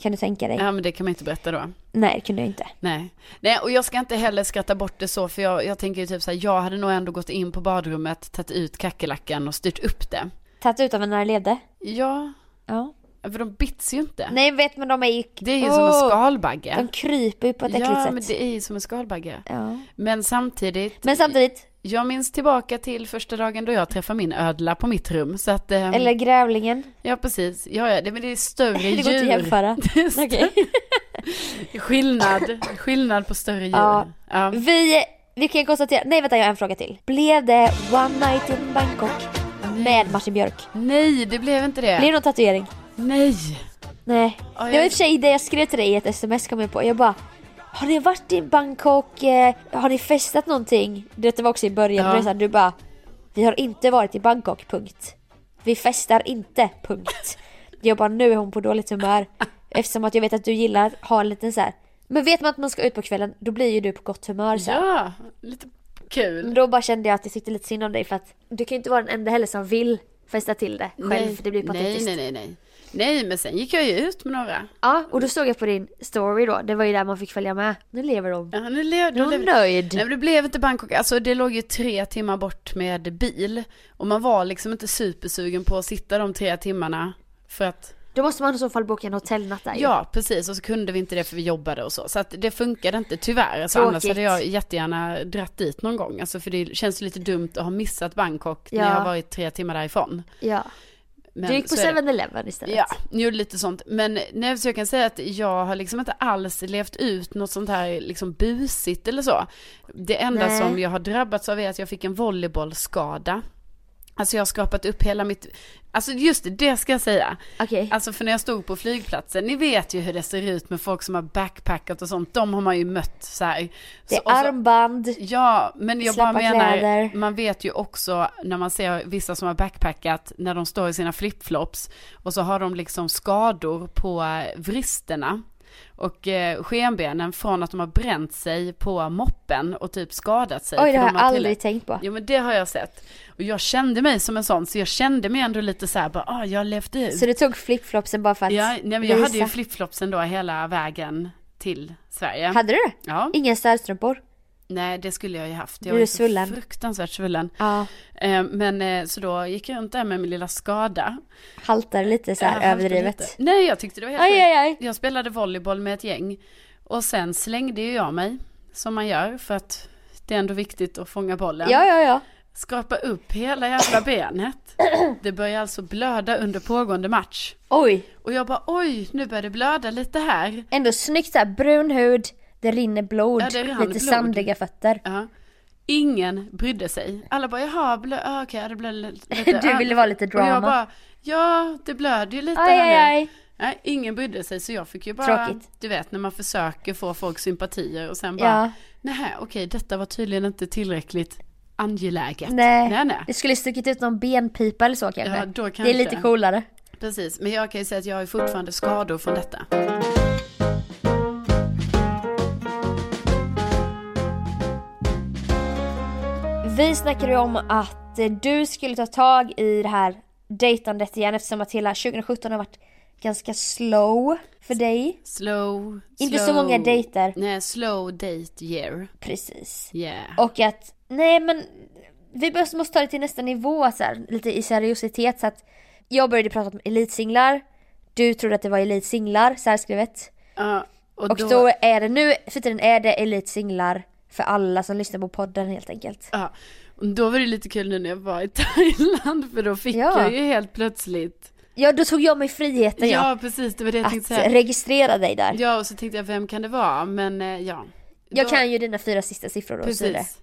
[SPEAKER 2] Kan du tänka dig?
[SPEAKER 1] ja, men det kan man inte berätta då.
[SPEAKER 2] Nej, det kunde jag inte.
[SPEAKER 1] Nej. Nej, och jag ska inte heller skratta bort det så, för jag, jag tänker ju typ så här, jag hade nog ändå gått in på badrummet, tagit ut kackerlackan och styrt upp det.
[SPEAKER 2] Tagit ut av en när det levde.
[SPEAKER 1] Ja,
[SPEAKER 2] Ja.
[SPEAKER 1] för de bits ju inte.
[SPEAKER 2] Nej, vet men de är ju...
[SPEAKER 1] Det är ju som en
[SPEAKER 2] Åh!
[SPEAKER 1] skalbagge.
[SPEAKER 2] De kryper ju på ett äckligt
[SPEAKER 1] ja,
[SPEAKER 2] sätt.
[SPEAKER 1] men det är ju som en skalbagge.
[SPEAKER 2] Ja.
[SPEAKER 1] Men samtidigt,
[SPEAKER 2] Men samtidigt,
[SPEAKER 1] jag minns tillbaka till första dagen då jag träffade min ödla på mitt rum. Så att, ehm,
[SPEAKER 2] eller grävlingen.
[SPEAKER 1] ja precis, ja, ja, det, men det är större
[SPEAKER 2] Det
[SPEAKER 1] djur.
[SPEAKER 2] går inte att jämföra.
[SPEAKER 1] Det är större-
[SPEAKER 2] Okej.
[SPEAKER 1] skillnad, skillnad på större djur.
[SPEAKER 2] Ja.
[SPEAKER 1] Ja.
[SPEAKER 2] Vi, vi kan konstatera... Nej, vänta, jag har en fråga till. Blev det One Night in Bangkok med Martin Björk?
[SPEAKER 1] Nej, det blev inte det.
[SPEAKER 2] Blev det någon tatuering?
[SPEAKER 1] Nej.
[SPEAKER 2] Nej.
[SPEAKER 1] Ja,
[SPEAKER 2] det
[SPEAKER 1] jag-
[SPEAKER 2] var i och för sig det jag skrev till dig i ett sms kom jag på. Jag bara har ni varit i Bangkok? Eh, Har ni festat någonting? Du vet, det var också i början
[SPEAKER 1] Ja.
[SPEAKER 2] på resan. Du bara Vi har inte varit i Bangkok, punkt. Vi festar inte, punkt. Jag bara nu är hon på dåligt humör. Eftersom att jag vet att du gillar att ha en liten så här. Men vet man att man ska ut på kvällen då blir ju du på gott humör så här.
[SPEAKER 1] Ja, lite kul.
[SPEAKER 2] Men då bara kände jag att jag tyckte lite synd om dig för att du kan ju inte vara den enda heller som vill festa till det själv för det blir patetiskt.
[SPEAKER 1] nej, nej, nej, nej. Nej, men sen gick jag ju ut med några.
[SPEAKER 2] Ja, och då såg jag på din story då. Det var ju där man fick följa med. Nu lever de.
[SPEAKER 1] Ja, nu lev,
[SPEAKER 2] Nu är
[SPEAKER 1] då
[SPEAKER 2] hon
[SPEAKER 1] lev-
[SPEAKER 2] nöjd.
[SPEAKER 1] Nej, men det blev inte Bangkok. Alltså det låg ju tre timmar bort med bil. Och man var liksom inte supersugen på att sitta de tre timmarna. För att,
[SPEAKER 2] Då måste man i så fall boka en hotellnatt där ju.
[SPEAKER 1] ja precis, och så kunde vi inte det för vi jobbade och så. Så att det funkade inte tyvärr. Alltså,
[SPEAKER 2] Tråkigt.
[SPEAKER 1] annars hade jag jättegärna dratt dit någon gång. Alltså för det känns ju lite dumt att ha missat Bangkok när
[SPEAKER 2] Ja.
[SPEAKER 1] jag har varit tre timmar därifrån.
[SPEAKER 2] ja.
[SPEAKER 1] Men
[SPEAKER 2] Du gick på
[SPEAKER 1] så är det.
[SPEAKER 2] 7-Eleven istället.
[SPEAKER 1] Ja, gjorde lite sånt. Men nej, så jag kan säga att jag har liksom inte alls levt ut något sånt här liksom busigt eller så. Det enda
[SPEAKER 2] Nej.
[SPEAKER 1] som jag har drabbats av är att jag fick en volleybollskada. Alltså jag har skapat upp hela mitt, alltså just det, det ska jag säga.
[SPEAKER 2] Okej.
[SPEAKER 1] Alltså för när jag stod på flygplatsen, ni vet ju hur det ser ut med folk som har backpackat och sånt, de har man ju mött så här.
[SPEAKER 2] det
[SPEAKER 1] Så- alltså- och
[SPEAKER 2] är
[SPEAKER 1] så-
[SPEAKER 2] armband.
[SPEAKER 1] Ja, men jag
[SPEAKER 2] Slappa
[SPEAKER 1] bara menar,
[SPEAKER 2] kläder.
[SPEAKER 1] man vet ju också när man ser vissa som har backpackat, när de står i sina flipflops och så har de liksom skador på eh, vristerna och eh, skenbenen från att de har bränt sig på moppen och typ skadat sig.
[SPEAKER 2] Oj, det
[SPEAKER 1] för
[SPEAKER 2] har
[SPEAKER 1] de
[SPEAKER 2] jag aldrig
[SPEAKER 1] trillat.
[SPEAKER 2] tänkt på.
[SPEAKER 1] Jo men det har jag sett. Och jag kände mig som en sån, så jag kände mig ändå lite så här, bara, ah, jag levde ut.
[SPEAKER 2] Så du tog flipflopsen bara för att
[SPEAKER 1] ja, nej, men jag hade ju
[SPEAKER 2] visa.
[SPEAKER 1] flipflopsen då hela vägen till Sverige.
[SPEAKER 2] Hade du det?
[SPEAKER 1] Ja.
[SPEAKER 2] Inga stödstrumpor?
[SPEAKER 1] Nej, det skulle jag ju haft. Jag
[SPEAKER 2] Blir
[SPEAKER 1] var ju
[SPEAKER 2] du
[SPEAKER 1] så
[SPEAKER 2] svullen?
[SPEAKER 1] fruktansvärt svullen.
[SPEAKER 2] Ja.
[SPEAKER 1] Eh, Men eh, så då gick jag runt där med min lilla skada.
[SPEAKER 2] Haltar lite så här
[SPEAKER 1] Jag
[SPEAKER 2] överdrivet.
[SPEAKER 1] haltade lite. Nej, jag tyckte det var helt
[SPEAKER 2] Aj,
[SPEAKER 1] sjukt.
[SPEAKER 2] aj, aj.
[SPEAKER 1] Jag spelade volleyboll med ett gäng. Och sen slängde ju jag mig, som man gör, för att det är ändå viktigt att fånga bollen.
[SPEAKER 2] Ja, ja, ja.
[SPEAKER 1] Skrapa upp hela jävla benet. Det börjar alltså blöda under pågående match.
[SPEAKER 2] Oj.
[SPEAKER 1] Och jag bara oj, nu börjar det blöda lite här.
[SPEAKER 2] Ändå snyggt så här brun hud, det rinner blod,
[SPEAKER 1] Ja, det rann
[SPEAKER 2] lite
[SPEAKER 1] blod.
[SPEAKER 2] sandiga fötter.
[SPEAKER 1] Ja. Ingen brydde sig. Alla bara jaha, blö- ja, okej, det blev lite...
[SPEAKER 2] Du ville vara lite
[SPEAKER 1] Och jag
[SPEAKER 2] drama.
[SPEAKER 1] bara, ja det blöder ju lite
[SPEAKER 2] Aj,
[SPEAKER 1] här nu.
[SPEAKER 2] aj, aj.
[SPEAKER 1] Nej, ingen brydde sig så jag fick ju bara,
[SPEAKER 2] Tråkigt.
[SPEAKER 1] du vet när man försöker få folk sympatier och sen bara,
[SPEAKER 2] Ja.
[SPEAKER 1] nej okej detta var tydligen inte tillräckligt angeläget.
[SPEAKER 2] Nej.
[SPEAKER 1] nej. nej.
[SPEAKER 2] Det skulle stuckit ut någon benpipa eller så kanske.
[SPEAKER 1] Ja, då
[SPEAKER 2] Det är
[SPEAKER 1] kanske.
[SPEAKER 2] lite coolare.
[SPEAKER 1] Precis, men jag kan ju säga att jag har ju fortfarande skador från detta.
[SPEAKER 2] Vi snackade ju om att eh, du skulle ta tag i det här dejtandet igen eftersom att hela 2017 har varit ganska slow för dig.
[SPEAKER 1] Slow,
[SPEAKER 2] Inte så
[SPEAKER 1] slow-
[SPEAKER 2] många dejter.
[SPEAKER 1] Nej, slow date year.
[SPEAKER 2] Precis.
[SPEAKER 1] Yeah.
[SPEAKER 2] Och att, nej men vi måste måste ta det till nästa nivå så här, lite i seriositet så att jag började prata om elitsinglar, du trodde att det var elitsinglar särskrivet.
[SPEAKER 1] Ja, och,
[SPEAKER 2] Och då, är det nu, för tiden är det elitsinglar för alla som lyssnar på podden helt enkelt.
[SPEAKER 1] Ja, och då var det lite kul nu när jag var i Thailand för då fick
[SPEAKER 2] Ja.
[SPEAKER 1] jag ju helt plötsligt
[SPEAKER 2] Ja, då tog jag mig friheten ja,
[SPEAKER 1] Ja, precis. Det var det jag
[SPEAKER 2] att
[SPEAKER 1] tänkte säga.
[SPEAKER 2] registrera dig där.
[SPEAKER 1] Ja, och så tänkte jag, vem kan det vara? Men eh, ja.
[SPEAKER 2] jag
[SPEAKER 1] Då-
[SPEAKER 2] kan ju dina fyra sista siffror då, så är det.
[SPEAKER 1] Precis.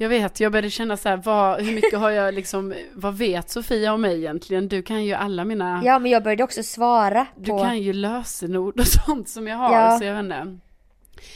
[SPEAKER 1] Jag vet, jag började känna så här, vad, hur mycket har jag liksom, vad vet Sofia om mig egentligen? Du kan ju alla mina,
[SPEAKER 2] Ja, men jag började också svara
[SPEAKER 1] du
[SPEAKER 2] på...
[SPEAKER 1] kan ju lösenord och sånt som jag har,
[SPEAKER 2] Ja.
[SPEAKER 1] så jag vet inte.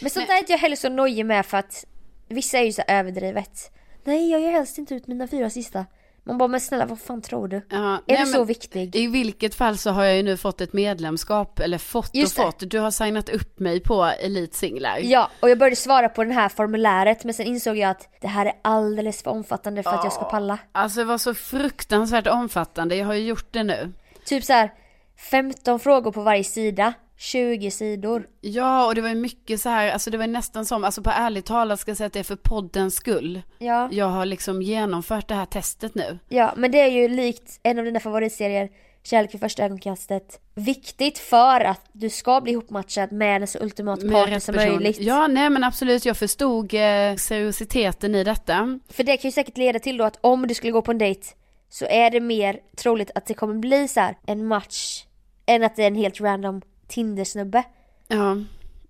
[SPEAKER 2] Men sånt där är inte jag heller så nojig med för att vissa är ju så överdrivet. Nej, jag gör helst inte ut mina fyra sista. Man bara, men snälla vad fan tror du?
[SPEAKER 1] Ja,
[SPEAKER 2] är
[SPEAKER 1] nej,
[SPEAKER 2] du så
[SPEAKER 1] men-
[SPEAKER 2] viktig?
[SPEAKER 1] I vilket fall så har jag ju nu fått ett medlemskap, eller fått
[SPEAKER 2] Just det.
[SPEAKER 1] och fått. Du har signat upp mig på Elite Singlar.
[SPEAKER 2] Ja, och jag började svara på det här formuläret men sen insåg jag att det här är alldeles för omfattande för att jag ska palla.
[SPEAKER 1] Alltså det var så fruktansvärt omfattande, jag har ju gjort det nu.
[SPEAKER 2] Typ så här 15 frågor på varje sida, 20 sidor.
[SPEAKER 1] Ja, och det var ju mycket så här, alltså det var ju nästan som, alltså på ärligt talat ska jag säga att det är för poddens skull.
[SPEAKER 2] Ja.
[SPEAKER 1] Jag har liksom genomfört det här testet nu.
[SPEAKER 2] Ja, men det är ju likt en av dina favoritserier, Kärlek vid första ögonkastet. Viktigt för att du ska bli ihopmatchad med en så ultimat
[SPEAKER 1] Med
[SPEAKER 2] partner
[SPEAKER 1] rätt
[SPEAKER 2] som
[SPEAKER 1] person.
[SPEAKER 2] möjligt.
[SPEAKER 1] Ja, nej men absolut, jag förstod eh, seriositeten i detta.
[SPEAKER 2] För det kan ju säkert leda till då att om du skulle gå på en dejt så är det mer troligt att det kommer bli så här en match än att det är en helt random Tinder-snubbe.
[SPEAKER 1] Ja.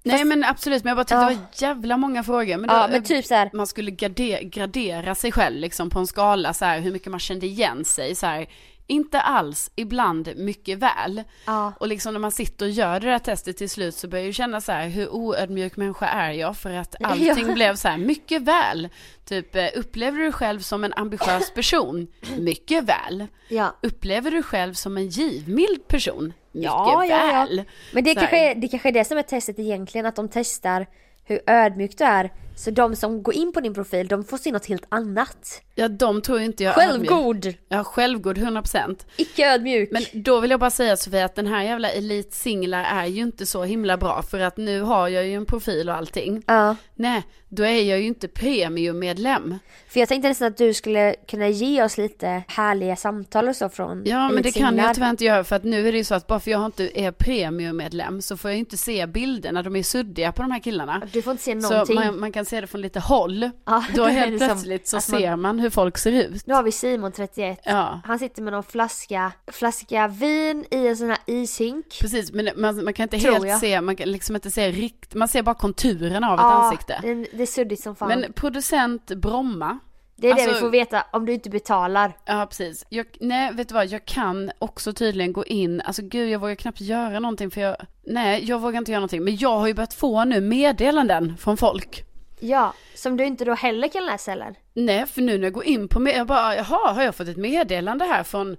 [SPEAKER 1] Nej men absolut, men jag bara tyckte det var jävla många frågor. Men då, eh,
[SPEAKER 2] Ja, men typ så här.
[SPEAKER 1] Man skulle grade, gradera sig själv liksom på en skala så här, hur mycket man kände igen sig så här. Inte alls, ibland mycket väl.
[SPEAKER 2] Ja.
[SPEAKER 1] Och liksom när man sitter och gör det där testet till slut så börjar jag ju känna så här, hur oödmjuk människa är jag? För att allting
[SPEAKER 2] Ja.
[SPEAKER 1] blev så här, mycket väl. Typ, eh, upplever du dig själv som en ambitiös person? Mycket väl.
[SPEAKER 2] Ja.
[SPEAKER 1] Upplever du dig själv som en givmild person? Mycket
[SPEAKER 2] Ja, ja, ja.
[SPEAKER 1] väl.
[SPEAKER 2] Men det
[SPEAKER 1] Så här.
[SPEAKER 2] kanske, är, det kanske är det som är testet egentligen, att de testar hur ödmjuk du är. Så de som går in på din profil, de får se något helt annat.
[SPEAKER 1] Ja, de tror ju inte jag är ödmjuk.
[SPEAKER 2] Självgod!
[SPEAKER 1] Ja, självgod 100%.
[SPEAKER 2] Icke ödmjuk!
[SPEAKER 1] Men då vill jag bara säga Sofia att den här jävla Elite Singlar är ju inte så himla bra för att nu har jag ju en profil och allting.
[SPEAKER 2] Ja.
[SPEAKER 1] Nej, då är jag ju inte premiummedlem.
[SPEAKER 2] För jag tänkte nästan att du skulle kunna ge oss lite härliga samtal och så från
[SPEAKER 1] Ja, men
[SPEAKER 2] Elite
[SPEAKER 1] det kan
[SPEAKER 2] Singlar.
[SPEAKER 1] jag tyvärr inte göra för att nu är det ju så att bara för jag inte är premiummedlem så får jag ju inte se bilderna, de är suddiga på de här killarna.
[SPEAKER 2] Du får inte se
[SPEAKER 1] Så
[SPEAKER 2] någonting.
[SPEAKER 1] man, man kan se det från lite håll.
[SPEAKER 2] Ja,
[SPEAKER 1] då
[SPEAKER 2] då är
[SPEAKER 1] helt
[SPEAKER 2] det som
[SPEAKER 1] plötsligt så
[SPEAKER 2] att man-
[SPEAKER 1] ser man hur folk ser ut.
[SPEAKER 2] Nu har vi Simon 31.
[SPEAKER 1] Ja.
[SPEAKER 2] Han sitter med någon flaska, flaska vin i en sån här ishink.
[SPEAKER 1] Precis, men man, man kan inte
[SPEAKER 2] Tror
[SPEAKER 1] helt
[SPEAKER 2] jag.
[SPEAKER 1] se, man kan liksom inte se rikt, man ser bara konturerna av ett
[SPEAKER 2] Ja,
[SPEAKER 1] ansikte.
[SPEAKER 2] den- det är suddigt som fan.
[SPEAKER 1] Men producent Bromma.
[SPEAKER 2] det är det vi
[SPEAKER 1] alltså-
[SPEAKER 2] får veta om du inte betalar.
[SPEAKER 1] Ja precis. Jag, nej vet du vad, jag kan också tydligen gå in, alltså gud jag vågar knappt göra någonting för jag, nej jag vågar inte göra någonting. Men jag har ju börjat få nu meddelanden från folk.
[SPEAKER 2] Ja, som du inte då heller kan läsa heller.
[SPEAKER 1] Nej för nu när jag går in på, med, jag bara jaha har jag fått ett meddelande här från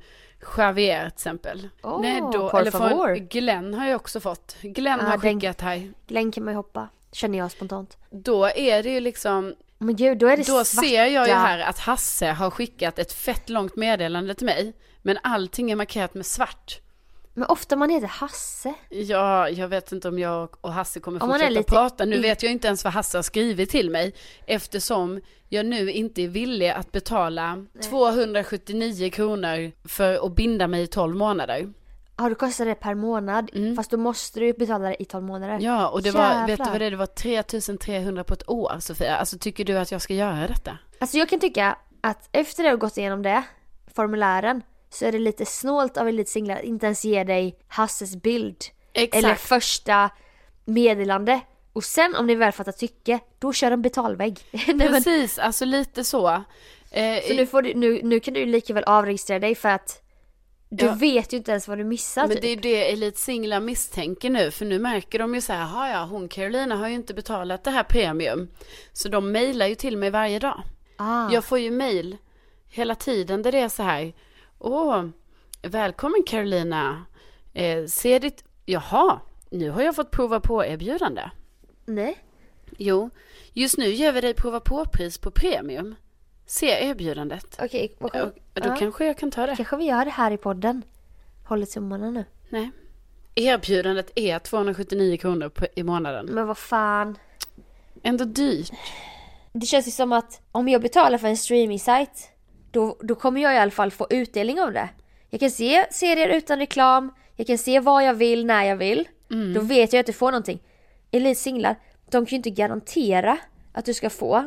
[SPEAKER 1] Javier till exempel.
[SPEAKER 2] Åh,
[SPEAKER 1] nej
[SPEAKER 2] por
[SPEAKER 1] eller
[SPEAKER 2] favor. Ah,
[SPEAKER 1] från Glenn har jag också fått. Glenn
[SPEAKER 2] Ja,
[SPEAKER 1] har
[SPEAKER 2] den-
[SPEAKER 1] skickat här.
[SPEAKER 2] Glenn kan man ju hoppa, känner jag spontant.
[SPEAKER 1] Då är det ju liksom,
[SPEAKER 2] Men gud, då är det
[SPEAKER 1] Då
[SPEAKER 2] svarta.
[SPEAKER 1] ser jag ju här att Hasse har skickat ett fett långt meddelande till mig. Men allting är markerat med svart.
[SPEAKER 2] Men ofta man heter Hasse.
[SPEAKER 1] Ja, jag vet inte om jag och Hasse kommer
[SPEAKER 2] Om man är
[SPEAKER 1] fortsätta
[SPEAKER 2] lite
[SPEAKER 1] prata. Nu
[SPEAKER 2] i-
[SPEAKER 1] vet jag inte ens vad Hasse har skrivit till mig. Eftersom jag nu inte är villig att betala 279 kronor för att binda mig i 12 månader.
[SPEAKER 2] Ja, då kostar det per månad. Fast då måste du ju betala det i 12 månader.
[SPEAKER 1] Mm. Ja, och det var, vet du
[SPEAKER 2] Jävlar.
[SPEAKER 1] vad det, är? det var 3300 på ett år Sofia. Alltså tycker du att jag ska göra detta?
[SPEAKER 2] Alltså jag kan tycka att efter du har gått igenom det, formulären, så är det lite snålt av Elite Singlar att inte ens ge dig Hasses bild.
[SPEAKER 1] Exakt.
[SPEAKER 2] Eller första meddelande. Och sen om ni väl fattar tycke, då kör de betalvägg. Nej, men, så
[SPEAKER 1] Precis, alltså lite så. Eh,
[SPEAKER 2] nu, får du, nu, nu kan du ju lika väl avregistrera dig för att du
[SPEAKER 1] Ja.
[SPEAKER 2] vet ju inte ens vad du missar.
[SPEAKER 1] Men
[SPEAKER 2] typ.
[SPEAKER 1] det är det Elite Singlar misstänker nu, för nu märker de ju så här, "Jaha, ja, hon Carolina har ju inte betalat det här premium. Så de mejlar ju till mig varje dag.
[SPEAKER 2] ah.
[SPEAKER 1] Jag får ju mejl hela tiden där det är så här, åh, välkommen Carolina, eh, se ditt, jaha, nu har jag fått prova på erbjudande.
[SPEAKER 2] Nej.
[SPEAKER 1] Jo, just nu ger vi dig prova på-pris på premium. Se erbjudandet.
[SPEAKER 2] Okej, vad
[SPEAKER 1] Och,
[SPEAKER 2] skönt.
[SPEAKER 1] då
[SPEAKER 2] Ja.
[SPEAKER 1] kanske jag kan ta det.
[SPEAKER 2] Kanske vi gör det här i podden. Håller tummarna nu.
[SPEAKER 1] Nej. Erbjudandet är 279 kronor på, i månaden.
[SPEAKER 2] Men vad fan.
[SPEAKER 1] Ändå dyrt.
[SPEAKER 2] Det känns ju som att om jag betalar för en streaming-sajt då, då kommer jag i alla fall få utdelning av det. Jag kan se serier utan reklam, jag kan se vad jag vill när jag vill. Då vet jag att du får någonting. Elite singlar, de kan ju inte garantera att du ska få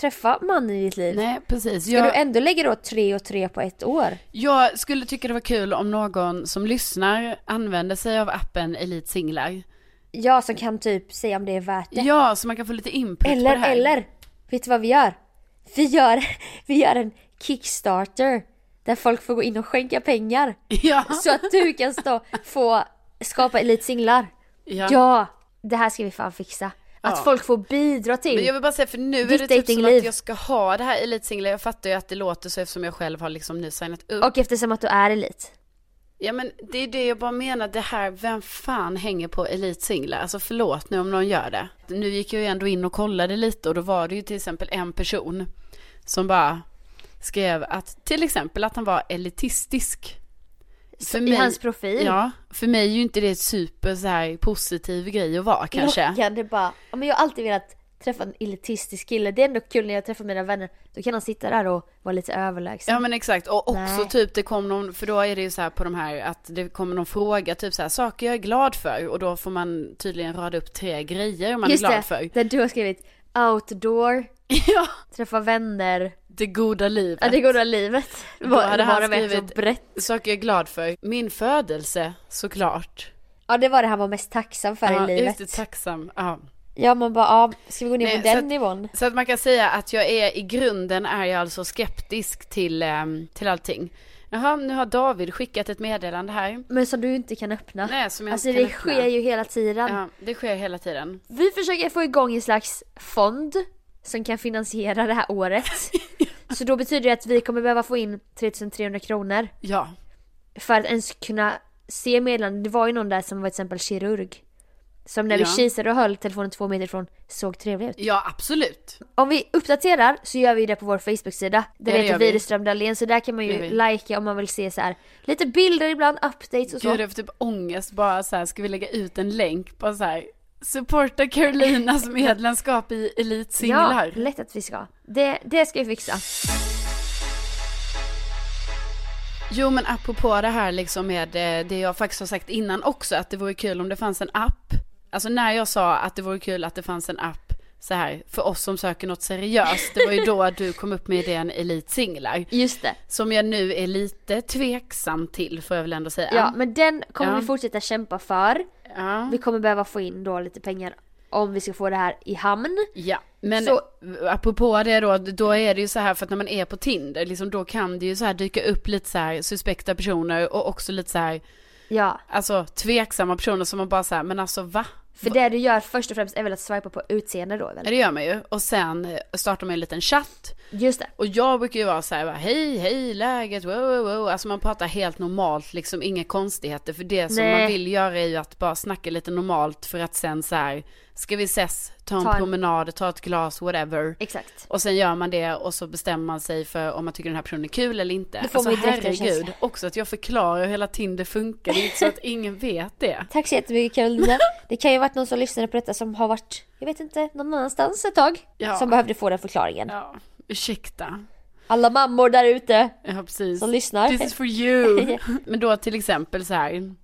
[SPEAKER 2] träffa mannen i ditt liv.
[SPEAKER 1] Nej, precis.
[SPEAKER 2] Ska
[SPEAKER 1] Jag,
[SPEAKER 2] du ändå lägga då tre och tre på ett år?
[SPEAKER 1] jag skulle tycka det var kul om någon som lyssnar använder sig av appen Elite Singlar.
[SPEAKER 2] Ja, som kan typ säga om det är värt det.
[SPEAKER 1] Ja, så man kan få lite input på det
[SPEAKER 2] Eller,
[SPEAKER 1] här.
[SPEAKER 2] eller! Vet du vad vi gör? Vi gör, vi gör en Kickstarter där folk får gå in och skänka pengar.
[SPEAKER 1] Ja.
[SPEAKER 2] Så att du kan stå, få skapa elitsinglar.
[SPEAKER 1] Ja.
[SPEAKER 2] Ja! Det här ska vi fan fixa. Att
[SPEAKER 1] Ja.
[SPEAKER 2] folk får bidra till.
[SPEAKER 1] Men jag vill bara säga för nu är
[SPEAKER 2] Ditt
[SPEAKER 1] det typ som
[SPEAKER 2] datingliv.
[SPEAKER 1] att jag ska ha det här elitsinglar. Jag fattar ju att det låter så eftersom jag själv har liksom nu signat upp.
[SPEAKER 2] Och eftersom att du är elit.
[SPEAKER 1] Ja men det är det jag bara menar, det här, vem fan hänger på elitsinglar? Alltså förlåt nu om någon gör det. Nu gick jag ju ändå in och kollade lite och då var det ju till exempel en person som bara skrev att till exempel att han var elitistisk. För
[SPEAKER 2] I hans profil.
[SPEAKER 1] Ja, för mig är ju inte det ett super så här positiv grej att vara kanske.
[SPEAKER 2] Lockande bara. Ja, men jag har alltid velat träffa en elitistisk kille. Det är ändå kul när jag träffar mina vänner. Då kan han sitta där och vara lite överlägsen.
[SPEAKER 1] Ja men exakt och också
[SPEAKER 2] Nej.
[SPEAKER 1] typ det kom någon, för då är det ju så här på de här att det kommer någon fråga typ så här saker jag är glad för och då får man tydligen rada upp tre grejer man är glad
[SPEAKER 2] det,
[SPEAKER 1] för.
[SPEAKER 2] där du har skrivit outdoor,
[SPEAKER 1] Ja,
[SPEAKER 2] träffa vänner,
[SPEAKER 1] det goda livet.
[SPEAKER 2] ja, det goda livet.
[SPEAKER 1] Då hade
[SPEAKER 2] Var-
[SPEAKER 1] han
[SPEAKER 2] varav ett så
[SPEAKER 1] skrivit-
[SPEAKER 2] brett.
[SPEAKER 1] Saker jag är glad för. Min födelse såklart.
[SPEAKER 2] Ja det var det han var mest tacksam för
[SPEAKER 1] ja,
[SPEAKER 2] i livet.
[SPEAKER 1] just det, tacksam. Ja.
[SPEAKER 2] Ja man bara, ja, ska vi gå ner
[SPEAKER 1] Nej,
[SPEAKER 2] på den
[SPEAKER 1] så att-
[SPEAKER 2] nivån?
[SPEAKER 1] Så att man kan säga att jag är i grunden är jag alltså skeptisk till, ehm, till allting. Jaha, nu har David skickat ett meddelande här.
[SPEAKER 2] Men som du inte kan öppna.
[SPEAKER 1] Nej, som jag
[SPEAKER 2] alltså
[SPEAKER 1] inte kan
[SPEAKER 2] det
[SPEAKER 1] öppna.
[SPEAKER 2] sker ju hela tiden.
[SPEAKER 1] Ja, det sker hela tiden.
[SPEAKER 2] Vi försöker få igång en slags fond som kan finansiera det här året. Så då betyder det att vi kommer behöva få in 3300 kronor
[SPEAKER 1] Ja,
[SPEAKER 2] för att ens kunna se meddelandet. Det var ju någon där som var till exempel kirurg. Som när vi
[SPEAKER 1] Ja.
[SPEAKER 2] kisade och höll telefonen två meter ifrån såg trevlig ut.
[SPEAKER 1] ja absolut.
[SPEAKER 2] Om vi uppdaterar så gör vi det på vår Facebook-sida.
[SPEAKER 1] Ja,
[SPEAKER 2] Där
[SPEAKER 1] det
[SPEAKER 2] det heter
[SPEAKER 1] gör vi.
[SPEAKER 2] Widerström Dahlén. Så där kan man
[SPEAKER 1] Det gör
[SPEAKER 2] ju
[SPEAKER 1] vi.
[SPEAKER 2] likea om man vill se så här lite bilder ibland, updates och så.
[SPEAKER 1] Gud, jag får typ ångest bara så här, ska vi lägga ut en länk på så här, supporta Carolinas medlemskap i
[SPEAKER 2] ja,
[SPEAKER 1] elitsinglar.
[SPEAKER 2] lätt att vi ska. Det, det ska vi fixa.
[SPEAKER 1] Jo men apropå det här liksom med eh, det jag faktiskt har sagt innan också att det vore kul om det fanns en app. Alltså när jag sa att det vore kul att det fanns en app så här för oss som söker något seriöst. Det var ju då du kom upp med idén Elite Singlar.
[SPEAKER 2] Just det.
[SPEAKER 1] Som jag nu är lite tveksam till får jag väl ändå säga.
[SPEAKER 2] Ja, men den kommer
[SPEAKER 1] Ja.
[SPEAKER 2] vi fortsätta kämpa för.
[SPEAKER 1] ja.
[SPEAKER 2] Vi kommer behöva få in då lite pengar om vi ska få det här i hamn.
[SPEAKER 1] Ja, men
[SPEAKER 2] Så-
[SPEAKER 1] apropå det då, då är det ju så här för att när man är på Tinder, liksom, då kan det ju så här dyka upp lite så här suspekta personer och också lite så här,
[SPEAKER 2] Ja,
[SPEAKER 1] alltså tveksamma personer som man bara så här, men alltså va?
[SPEAKER 2] för det du gör först och främst är väl att swipa på utseende då
[SPEAKER 1] Ja,
[SPEAKER 2] väl?
[SPEAKER 1] det gör man ju. Och sen eh, startar man en liten chatt.
[SPEAKER 2] Just det.
[SPEAKER 1] Och jag brukar ju vara så här, bara, hej, hej, läget, wow, wow, wow. Alltså man pratar helt normalt, liksom inga konstigheter. För det som
[SPEAKER 2] Nej.
[SPEAKER 1] man vill göra är ju att bara snacka lite normalt för att sen så här, ska vi ses, ta en
[SPEAKER 2] Ta en-
[SPEAKER 1] promenad, ta ett glas, whatever.
[SPEAKER 2] Exakt.
[SPEAKER 1] Och sen gör man det och så bestämmer man sig för om man tycker den här personen är kul eller inte.
[SPEAKER 2] Då får
[SPEAKER 1] alltså
[SPEAKER 2] man ju direkt en
[SPEAKER 1] herregud,
[SPEAKER 2] känsla.
[SPEAKER 1] också att jag förklarar hur hela Tinder funkar, det är inte så att ingen vet det.
[SPEAKER 2] Tack så jättemycket Carolina. Det kan ju ha varit någon som lyssnade på detta som har varit, jag vet inte, någon annanstans ett tag.
[SPEAKER 1] Ja.
[SPEAKER 2] Som behövde få den förklaringen.
[SPEAKER 1] Ja, ursäkta.
[SPEAKER 2] Alla mammor där ute.
[SPEAKER 1] Ja, precis.
[SPEAKER 2] Som lyssnar.
[SPEAKER 1] This is for you. Men då till exempel så här.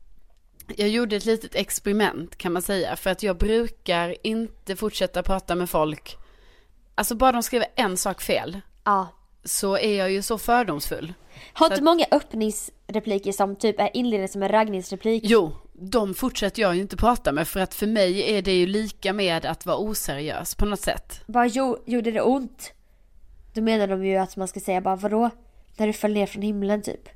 [SPEAKER 1] Jag gjorde ett litet experiment kan man säga. För att jag brukar inte fortsätta prata med folk. Alltså bara de skriver en sak fel.
[SPEAKER 2] Ja.
[SPEAKER 1] Så är jag ju så fördomsfull.
[SPEAKER 2] Har inte många öppningsrepliker som typ är inledningen som en raggningsreplik?
[SPEAKER 1] Jo, de fortsätter jag ju inte prata med. För att för mig är det ju lika med att vara oseriös på något sätt.
[SPEAKER 2] Bara jo, gjorde det ont? Då menar de ju att man ska säga bara vadå? När du föll ner från himlen typ.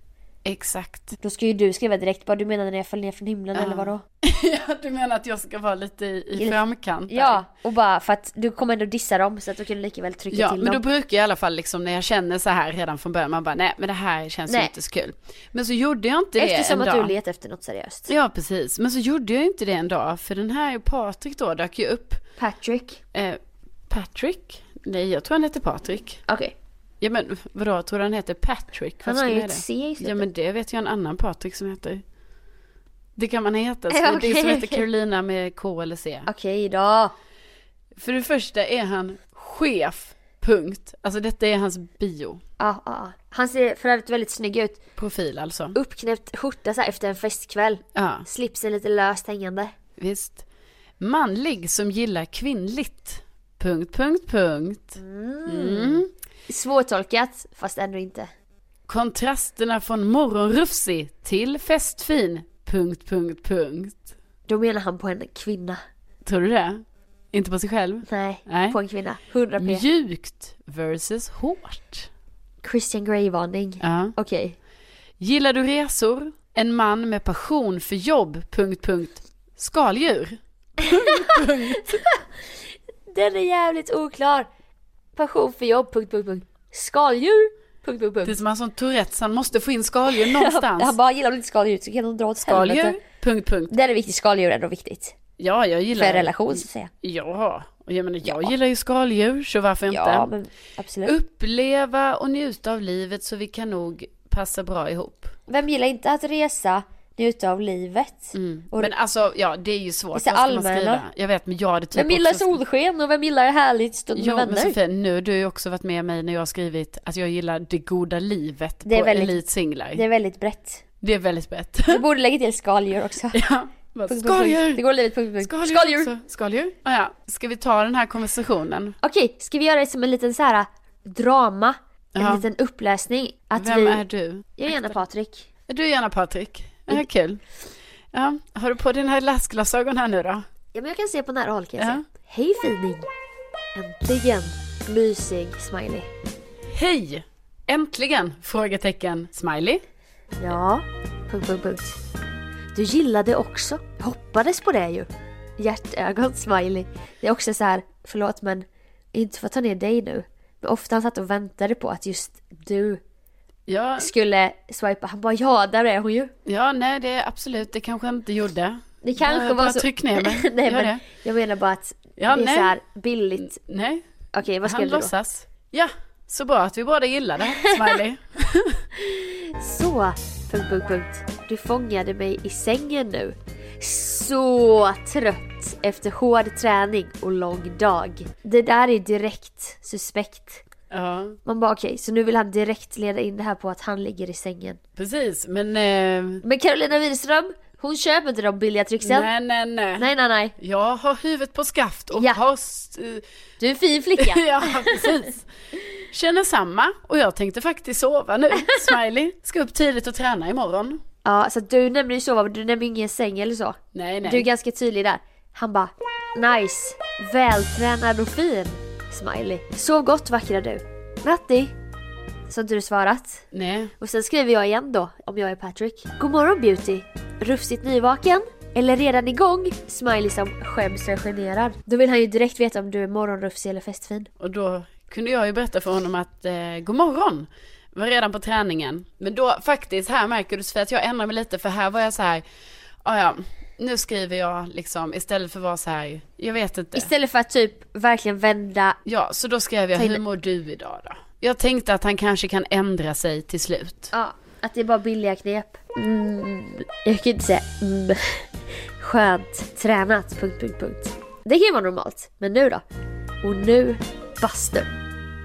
[SPEAKER 1] Exakt.
[SPEAKER 2] Då ska ju du skriva direkt bara du menar när jag föll ner från himlen eller vadå?
[SPEAKER 1] Ja, du menar att jag ska vara lite i, i framkant? där?
[SPEAKER 2] Ja, och bara för att du kommer ändå dissa dem så att du kan lika väl trycka
[SPEAKER 1] Ja,
[SPEAKER 2] till
[SPEAKER 1] men då
[SPEAKER 2] dem.
[SPEAKER 1] brukar jag i alla fall liksom när jag känner så här redan från början, man bara nej men det här känns ju
[SPEAKER 2] Nej.
[SPEAKER 1] inte så kul. Men så gjorde jag inte det
[SPEAKER 2] Eftersom
[SPEAKER 1] en
[SPEAKER 2] att
[SPEAKER 1] dag.
[SPEAKER 2] du letar efter något seriöst.
[SPEAKER 1] Ja precis, men så gjorde jag inte det en dag för den här Patrik då dök ju upp.
[SPEAKER 2] Patrick.
[SPEAKER 1] Eh, Patrick? Nej jag tror han heter Patrik.
[SPEAKER 2] Okej.
[SPEAKER 1] Ja men vadå, tror du han heter Patrick?
[SPEAKER 2] Han
[SPEAKER 1] Varför
[SPEAKER 2] har ju
[SPEAKER 1] skulle jag
[SPEAKER 2] ett
[SPEAKER 1] det?
[SPEAKER 2] C i slutet.
[SPEAKER 1] Ja men det vet jag en annan Patrik som heter. Det kan man heta, så
[SPEAKER 2] Ja,
[SPEAKER 1] det är
[SPEAKER 2] okej,
[SPEAKER 1] som heter
[SPEAKER 2] okej.
[SPEAKER 1] Carolina med K eller C.
[SPEAKER 2] Okej då.
[SPEAKER 1] För det första är han chef, punkt. Alltså detta är hans bio.
[SPEAKER 2] Ja, ja, ja. Han ser för övrigt väldigt snygg ut.
[SPEAKER 1] Profil alltså.
[SPEAKER 2] Uppknäppt skjorta så här efter en festkväll.
[SPEAKER 1] Ja.
[SPEAKER 2] Slipsen lite löst hängande.
[SPEAKER 1] Visst. Manlig som gillar kvinnligt. Punkt, punkt, punkt. Mm.
[SPEAKER 2] Svårtolkat, fast ändå inte.
[SPEAKER 1] Kontrasterna från morgonrufsig till festfin. Punkt, punkt, punkt.
[SPEAKER 2] Då menar han på en kvinna.
[SPEAKER 1] Tror du det? Inte på sig själv?
[SPEAKER 2] Nej,
[SPEAKER 1] Nej.
[SPEAKER 2] på en kvinna. 100 p.
[SPEAKER 1] Mjukt versus hårt.
[SPEAKER 2] Christian Grey-varning.
[SPEAKER 1] Ja.
[SPEAKER 2] Okej.
[SPEAKER 1] Gillar du resor? En man med passion för jobb. Punkt, punkt. Skaldjur.
[SPEAKER 2] Den är jävligt oklar. Passion för jobb, punkt, punkt, punkt. Skaldjur, punkt, punkt,
[SPEAKER 1] Det är
[SPEAKER 2] punkt.
[SPEAKER 1] som han som Tourettes, han måste få in skaldjur någonstans.
[SPEAKER 4] Han bara, gillar du inte skaldjur så kan de dra åt
[SPEAKER 1] skaldjur.
[SPEAKER 4] helvete.
[SPEAKER 1] Punkt, punkt.
[SPEAKER 4] Den är viktig, skaldjur är ändå viktigt.
[SPEAKER 1] Ja, jag
[SPEAKER 4] För
[SPEAKER 1] gillar
[SPEAKER 4] en relation så att säga.
[SPEAKER 1] Ja, och jag menar jag
[SPEAKER 4] Ja.
[SPEAKER 1] gillar ju skaldjur så varför inte?
[SPEAKER 4] Ja, men absolut.
[SPEAKER 1] Uppleva och njuta av livet så vi kan nog passa bra ihop.
[SPEAKER 4] Vem gillar inte att resa, njuta av livet? Och
[SPEAKER 1] Men alltså, ja det är ju svårt.
[SPEAKER 4] Det är så
[SPEAKER 1] Vad ska man
[SPEAKER 4] allmänna.
[SPEAKER 1] skriva? Jag vet, men jag hade typ
[SPEAKER 4] vem gillar
[SPEAKER 1] också...
[SPEAKER 4] solsken och vem gillar härligt stund med
[SPEAKER 1] Jo, men
[SPEAKER 4] vänner?
[SPEAKER 1] Sofia, nu du har ju också varit med mig när jag har skrivit att jag gillar det goda livet
[SPEAKER 4] Det är
[SPEAKER 1] på
[SPEAKER 4] väldigt-
[SPEAKER 1] Elite Singlar.
[SPEAKER 4] Det är väldigt brett.
[SPEAKER 1] Det är väldigt brett.
[SPEAKER 4] Du borde lägga till skaldjur också.
[SPEAKER 1] ja. bara,
[SPEAKER 4] Punkt, punkt, punkt. Det
[SPEAKER 1] Skaldjur!
[SPEAKER 4] går livet punkt, punkt. punkt.
[SPEAKER 1] Skaldjur!
[SPEAKER 4] Skaldjur!
[SPEAKER 1] också. Skaldjur? Ah, ja. Ska vi ta den här konversationen?
[SPEAKER 2] Okej, ska vi göra det som en liten så här äh, drama? En
[SPEAKER 1] Ja.
[SPEAKER 2] liten uppläsning? Att
[SPEAKER 1] Vem
[SPEAKER 2] vi...
[SPEAKER 1] är du?
[SPEAKER 2] Jag är gärna Patrik.
[SPEAKER 1] Du är gärna Patrik. Ja, kul. Ja, har du på dina läsglasögon här nu då?
[SPEAKER 2] Ja, men jag kan se på nära håll kan jag
[SPEAKER 1] Ja.
[SPEAKER 2] se. Hej fining! Äntligen! Mysig smiley.
[SPEAKER 1] Hej! Äntligen! Frågetecken. Smiley.
[SPEAKER 2] Ja, punkt, punkt, punkt. Du gillade också. Jag hoppades på det ju. Hjärtögon smiley. Det är också så här, förlåt men inte för att ta ner dig nu. Men ofta han satt och väntade på att just du
[SPEAKER 1] Ja,
[SPEAKER 2] skulle swipa. Han bara ja, där är hon ju.
[SPEAKER 1] ja, nej det är absolut, det kanske jag inte gjorde.
[SPEAKER 2] Det
[SPEAKER 1] Ja,
[SPEAKER 2] kanske
[SPEAKER 1] jag
[SPEAKER 2] var
[SPEAKER 1] bara
[SPEAKER 2] så...
[SPEAKER 1] tryck ner mig.
[SPEAKER 2] nej,
[SPEAKER 1] Gör
[SPEAKER 2] men
[SPEAKER 1] det.
[SPEAKER 2] Jag menar bara att
[SPEAKER 1] Ja,
[SPEAKER 2] det är
[SPEAKER 1] nej.
[SPEAKER 2] så här billigt.
[SPEAKER 1] Nej,
[SPEAKER 2] Okej, vad
[SPEAKER 1] han
[SPEAKER 2] skrev du då?
[SPEAKER 1] låtsas. Ja, så bra att vi båda gillar det. Smiley.
[SPEAKER 2] Så, punkt, punkt, punkt. Du fångade mig i sängen nu. Så trött efter hård träning och lång dag. Det där är direkt suspekt.
[SPEAKER 1] ja,
[SPEAKER 2] Man bara okej, så nu vill han direkt leda in det här på att han ligger i sängen.
[SPEAKER 1] precis. Men eh,
[SPEAKER 2] Men Carolina Widerström, hon köper inte de billiga tricksen.
[SPEAKER 1] nej, nej, nej.
[SPEAKER 2] nej, nej. nej.
[SPEAKER 1] Jag har huvudet på skaft och
[SPEAKER 2] Ja.
[SPEAKER 1] har... s- eh,
[SPEAKER 2] Du är en fin flicka.
[SPEAKER 1] ja, precis. Känner samma och jag tänkte faktiskt sova nu. Smiley. Ska upp tidigt och träna imorgon.
[SPEAKER 2] ja, så att du nämner ju sova, men du nämner ingen säng eller så.
[SPEAKER 1] Nej, nej.
[SPEAKER 2] Du är ganska tydlig där. Han bara nice, vältränad och fin. Smiley. Sov gott vackra du. Natti. Så har inte du svarat.
[SPEAKER 1] Nej.
[SPEAKER 2] Och sen skriver jag igen då, om jag är Patrick. God morgon beauty. Rufsigt nyvaken? Eller redan igång? Smiley som skäms och är generad. Då vill han ju direkt veta om du är morgonrufsig eller festfin.
[SPEAKER 1] Och då kunde jag ju berätta för honom att eh, god morgon var redan på träningen. Men då faktiskt, här märker du Sofia att jag ändrar mig lite för här var jag så här, "Ah, ja, nu skriver jag liksom istället för att vara så här, jag vet inte.
[SPEAKER 2] Istället för att typ verkligen vända.
[SPEAKER 1] Ja, så då skrev jag,
[SPEAKER 2] Ta in-
[SPEAKER 1] hur mår du idag då? Jag tänkte att han kanske kan ändra sig till slut.
[SPEAKER 2] Ja, att det är bara billiga knep. Mm, jag kan inte säga mm. Skönt. Tränat. Punkt, punkt, punkt. Det kan ju vara normalt. Men nu då? Och nu bastun.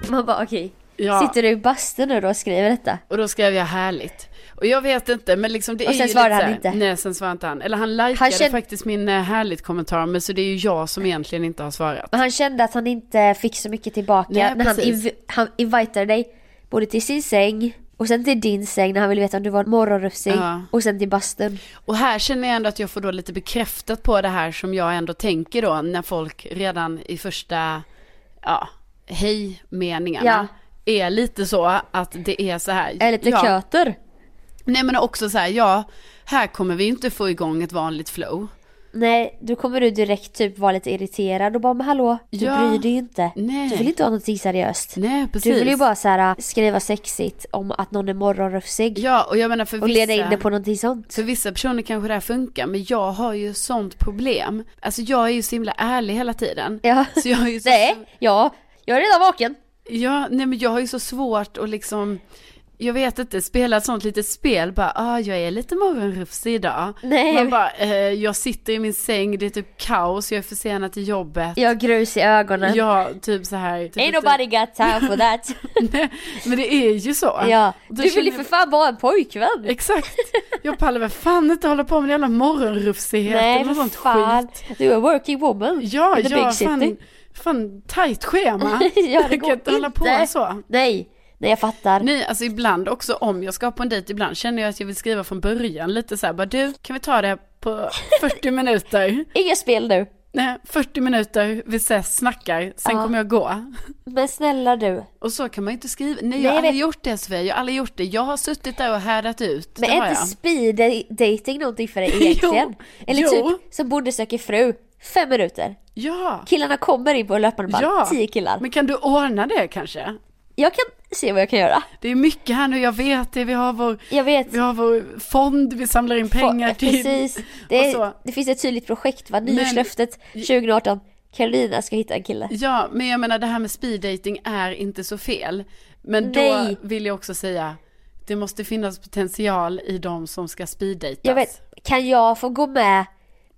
[SPEAKER 2] Man bara okej.
[SPEAKER 1] Ja.
[SPEAKER 4] Sitter du i bastun nu då och skriver detta?
[SPEAKER 1] Och då skrev jag härligt. Och jag vet inte, men liksom det
[SPEAKER 4] Och
[SPEAKER 1] är
[SPEAKER 4] sen
[SPEAKER 1] ju
[SPEAKER 4] svarade
[SPEAKER 1] lite
[SPEAKER 4] han
[SPEAKER 1] så här-
[SPEAKER 4] inte.
[SPEAKER 1] Nej, sen svarade inte han. Eller han likade
[SPEAKER 4] Han kände-
[SPEAKER 1] faktiskt min eh, härligt kommentar, men så det är ju jag som egentligen inte har svarat.
[SPEAKER 4] Men han kände att han inte fick så mycket tillbaka
[SPEAKER 1] Nej,
[SPEAKER 4] när han,
[SPEAKER 1] precis.
[SPEAKER 4] inv- han inviterade dig både till sin säng och sen till din säng när han ville veta om du var morgonrufsig
[SPEAKER 1] Ja.
[SPEAKER 4] och sen till bastun.
[SPEAKER 1] Och här känner jag ändå att jag får då lite bekräftat på det här som jag ändå tänker då när folk redan i första, ja, hej-meningarna är lite så att det är så här.
[SPEAKER 4] Är lite
[SPEAKER 1] ja.
[SPEAKER 4] köter.
[SPEAKER 1] Nej men också så här, ja, här kommer vi inte få igång ett vanligt flow.
[SPEAKER 4] Nej, då kommer du direkt typ vara lite irriterad och bara men hallå, du
[SPEAKER 1] Ja.
[SPEAKER 4] bryr dig ju inte.
[SPEAKER 1] Nej.
[SPEAKER 4] Du vill inte ha någonting seriöst.
[SPEAKER 1] Nej, precis.
[SPEAKER 4] Du vill ju bara så här, äh, skriva sexigt om att någon är morgonrufsig
[SPEAKER 1] Ja, och jag menar för
[SPEAKER 4] och
[SPEAKER 1] vissa...
[SPEAKER 4] leda in det på någonting sånt.
[SPEAKER 1] För vissa personer kanske det här funkar, men jag har ju sånt problem. Alltså jag är ju så himla ärlig hela tiden.
[SPEAKER 4] Ja.
[SPEAKER 1] Så jag har ju så...
[SPEAKER 4] Nej, ja, jag är redan vaken.
[SPEAKER 1] Ja, nej men jag har ju så svårt att liksom jag vet inte, spela ett sånt litet spel, bara ah, jag är lite morgonrufsig idag.
[SPEAKER 2] Nej.
[SPEAKER 1] Man bara, eh, jag sitter i min säng, det är typ kaos, jag är försenad till jobbet.
[SPEAKER 2] Jag har grus i ögonen.
[SPEAKER 1] Ja, typ så här. Typ
[SPEAKER 2] Ain't
[SPEAKER 1] lite-
[SPEAKER 2] nobody got time for that.
[SPEAKER 1] Nej, Men det är ju så.
[SPEAKER 2] ja.
[SPEAKER 1] Då
[SPEAKER 2] Du vill ju
[SPEAKER 1] känner
[SPEAKER 2] för
[SPEAKER 1] jag-
[SPEAKER 2] fan vara en pojkvän.
[SPEAKER 1] Exakt. Jag pallar väl fan inte hålla på med jävla morgonrufsighet
[SPEAKER 2] Nej
[SPEAKER 1] eller
[SPEAKER 2] för
[SPEAKER 1] sånt
[SPEAKER 2] fan.
[SPEAKER 1] skit.
[SPEAKER 2] Du är a working woman.
[SPEAKER 1] Ja,
[SPEAKER 2] in the
[SPEAKER 1] ja,
[SPEAKER 2] big city.
[SPEAKER 1] fan, fan tajt schema.
[SPEAKER 2] ja, det
[SPEAKER 1] jag
[SPEAKER 2] går
[SPEAKER 1] kan inte hålla på så.
[SPEAKER 2] Nej, nej jag fattar.
[SPEAKER 1] Nej, alltså ibland också om jag ska på en dejt, ibland känner jag att jag vill skriva från början lite så här, bara du, kan vi ta det på 40 minuter?
[SPEAKER 2] Inga spel nu.
[SPEAKER 1] Nej, 40 minuter, vi ses, snackar, sen
[SPEAKER 2] Ja.
[SPEAKER 1] kommer jag gå.
[SPEAKER 2] Men snälla du.
[SPEAKER 1] Och så kan man ju inte skriva, nej jag
[SPEAKER 2] jag
[SPEAKER 1] har aldrig
[SPEAKER 2] vet.
[SPEAKER 1] gjort det Sofia, jag har aldrig gjort det. Jag har suttit där och härdat ut,
[SPEAKER 2] Men
[SPEAKER 1] det
[SPEAKER 2] är
[SPEAKER 1] har
[SPEAKER 2] inte
[SPEAKER 1] jag.
[SPEAKER 2] speed dating någonting för dig egentligen? Eller
[SPEAKER 1] jo.
[SPEAKER 2] typ som Bonde söker fru. Fem minuter.
[SPEAKER 1] Ja,
[SPEAKER 2] Killarna kommer in på löpande band.
[SPEAKER 1] ja.
[SPEAKER 2] Tio killar.
[SPEAKER 1] Men kan du ordna det kanske?
[SPEAKER 2] Jag kan se vad jag kan göra.
[SPEAKER 1] Det är mycket här nu, jag vet det, vi har vår,
[SPEAKER 2] Jag vet.
[SPEAKER 1] vi har vår fond, vi samlar in pengar
[SPEAKER 2] Få-
[SPEAKER 1] till.
[SPEAKER 2] Precis. Det,
[SPEAKER 1] och så.
[SPEAKER 2] är, det finns ett tydligt projekt va?
[SPEAKER 1] Men-
[SPEAKER 2] Nyårslöftet 2018. Carolina ska hitta en kille.
[SPEAKER 1] Ja, men jag menar det här med speed dating är inte så fel. Men då
[SPEAKER 2] Nej.
[SPEAKER 1] vill jag också säga, det måste finnas potential i de som ska speed dejtas.
[SPEAKER 2] Jag vet, kan jag få gå med